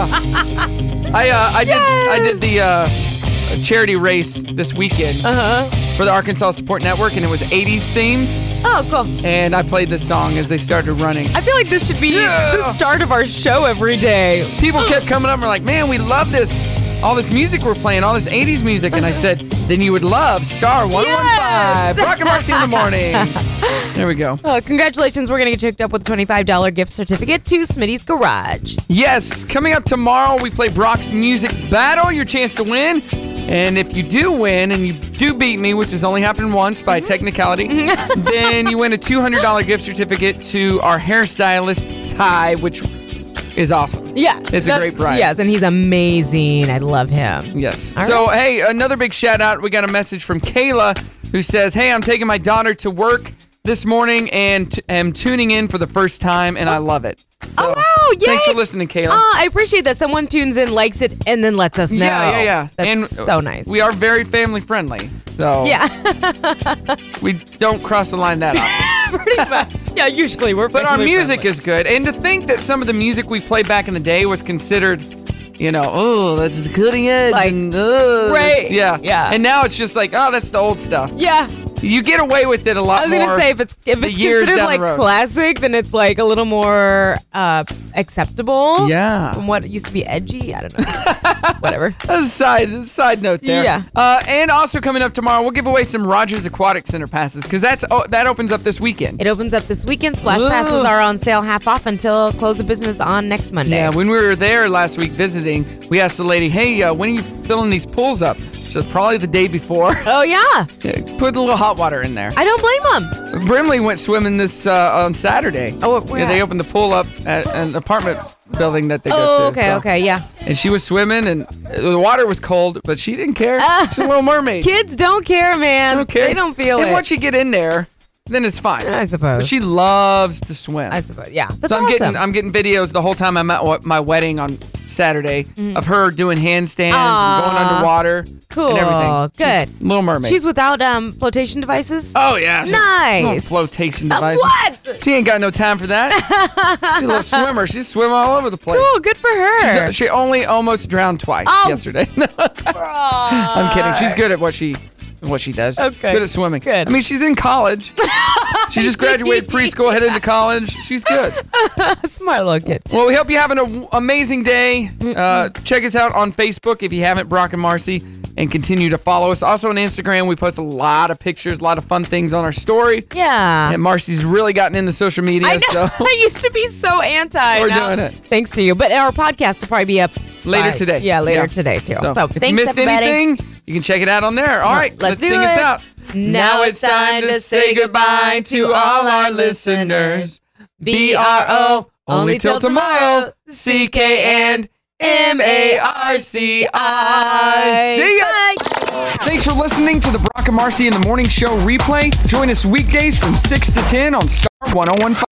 Speaker 1: yeah. I uh, I did I did the uh, charity race this weekend
Speaker 10: Uh-huh.
Speaker 1: for the Arkansas Support Network, and it was '80s themed.
Speaker 2: Oh, cool!
Speaker 1: And I played this song as they started running.
Speaker 2: I feel like this should be the start of our show every day.
Speaker 1: People kept coming up and were like, "Man, we love this! All this music we're playing, all this '80s music." And I
Speaker 10: Uh-huh.
Speaker 1: said, "Then you would love Star 115, Brock and Marcy in the morning." There we go.
Speaker 2: Oh, congratulations. We're going to get you hooked up with a $25 gift certificate to Smitty's Garage.
Speaker 1: Yes, coming up tomorrow, we play Brock's Music Battle, your chance to win. And if you do win and you do beat me, which has only happened once by
Speaker 2: Mm-hmm.
Speaker 1: technicality, then you win a $200 gift certificate to our hairstylist, Ty, which is awesome.
Speaker 2: Yeah.
Speaker 1: It's a
Speaker 2: that's-
Speaker 1: great prize.
Speaker 2: Yes, and he's amazing. I love him.
Speaker 1: Yes.
Speaker 2: All
Speaker 1: so,
Speaker 2: right.
Speaker 1: hey, another big shout out. We got a message from Kayla who says, Hey, I'm taking my daughter to work this morning and t- am tuning in for the first time, and I love it. So,
Speaker 2: Oh, yay!
Speaker 1: Thanks for listening, Kayla.
Speaker 2: Oh, I appreciate that someone tunes in, likes it, and then lets us know.
Speaker 1: Yeah, yeah, yeah.
Speaker 2: That's
Speaker 1: and
Speaker 2: so nice.
Speaker 1: We are very family friendly. So
Speaker 2: Yeah,
Speaker 1: we don't cross the line that often.
Speaker 2: pretty much. Yeah, usually we're.
Speaker 1: But our
Speaker 2: family
Speaker 1: music is good. And to think that some of the music we played back in the day was considered, you know, oh, that's the cutting edge.
Speaker 2: Like,
Speaker 1: and, oh,
Speaker 2: right,
Speaker 1: Yeah.
Speaker 2: yeah.
Speaker 1: And now it's just like, oh, that's the old stuff.
Speaker 2: friendly. Yeah,
Speaker 1: You get away with it a lot
Speaker 2: I was gonna
Speaker 1: more
Speaker 2: say if it's if
Speaker 1: the
Speaker 2: it's
Speaker 1: years
Speaker 2: considered
Speaker 1: down the
Speaker 2: like
Speaker 1: road.
Speaker 2: classic, then it's like a little more uh, acceptable.
Speaker 1: Yeah.
Speaker 2: from what used to be edgy. I don't know. Whatever.
Speaker 1: That's a side side note there.
Speaker 2: Yeah.
Speaker 1: Uh, and also coming up tomorrow, we'll give away some Rogers Aquatic Center passes because that's oh, that opens up this weekend.
Speaker 2: It opens up this weekend. Splash
Speaker 1: Ooh.
Speaker 2: passes are on sale half off until close of business on next Monday.
Speaker 1: Yeah, when we were there last week visiting, we asked the lady, "Hey, uh, when are you filling these pools up?" She said, "Probably the day before.
Speaker 2: oh yeah.
Speaker 1: Yeah, Put a little hot water in there."
Speaker 2: I don't blame them.
Speaker 1: Brimley went swimming this uh, on Saturday.
Speaker 2: Oh, where
Speaker 1: yeah, they
Speaker 2: at?
Speaker 1: opened the pool up at an apartment building that they
Speaker 2: Oh,
Speaker 1: go to.
Speaker 2: okay,
Speaker 1: so-
Speaker 2: okay, yeah.
Speaker 1: And she was swimming, and the water was cold, but she didn't care. She's a little mermaid.
Speaker 2: Ah. Kids don't care, man.
Speaker 1: don't care.
Speaker 2: They don't feel
Speaker 1: and
Speaker 2: it.
Speaker 1: once you get in there, then it's fine.
Speaker 2: I suppose.
Speaker 1: But she loves to swim.
Speaker 2: I suppose. Yeah. That's
Speaker 1: so I'm
Speaker 2: awesome.
Speaker 1: getting I'm getting videos the whole time I'm at wa- my wedding on Saturday of her doing handstands and going
Speaker 2: Mm. Aw.
Speaker 1: underwater
Speaker 2: cool.
Speaker 1: and everything. She's
Speaker 2: Good.
Speaker 1: Little Mermaid.
Speaker 2: She's without um flotation devices.
Speaker 1: oh yeah. she's-
Speaker 2: Nice.
Speaker 1: little flotation
Speaker 2: Uh,
Speaker 1: device.
Speaker 2: what?
Speaker 1: She ain't got no time for that. She's a little swimmer. She's swimming all over the place.
Speaker 2: Cool. Oh, Good for
Speaker 1: She's,
Speaker 2: her.
Speaker 1: uh, she only almost drowned twice
Speaker 2: Oh.
Speaker 1: yesterday. I'm kidding. She's good at what she what she does.
Speaker 2: Okay.
Speaker 1: Good at swimming.
Speaker 2: Good.
Speaker 1: I mean, she's in college. she just graduated preschool, headed into college. She's good.
Speaker 2: Smart little kid.
Speaker 1: Well, we hope you have an a- amazing day. Uh, check us out on Facebook if you haven't, Brock and Marcy, and continue to follow us. Also on Instagram, we post a lot of pictures, a lot of fun things on our story.
Speaker 2: Yeah.
Speaker 1: And Marcy's really gotten into social media,
Speaker 2: I know.
Speaker 1: so
Speaker 2: I used to be so anti.
Speaker 1: We're
Speaker 2: now-
Speaker 1: doing it.
Speaker 2: Thanks to you. But our podcast will probably be up
Speaker 1: later
Speaker 2: by-
Speaker 1: today.
Speaker 2: Yeah, later today too. So,
Speaker 1: if
Speaker 2: thanks
Speaker 1: you missed
Speaker 2: everybody.
Speaker 1: anything, you can check it out on there. All right,
Speaker 2: let's
Speaker 1: let's,
Speaker 2: do
Speaker 1: sing us
Speaker 2: it.
Speaker 1: out.
Speaker 2: Now it's time to say goodbye to all our listeners.
Speaker 1: B R O only till tomorrow. C K and M A R C I. See ya. Thanks for listening to the Brock and Marcy in the Morning Show replay. Join us weekdays from 6 to 10 on Star 1015.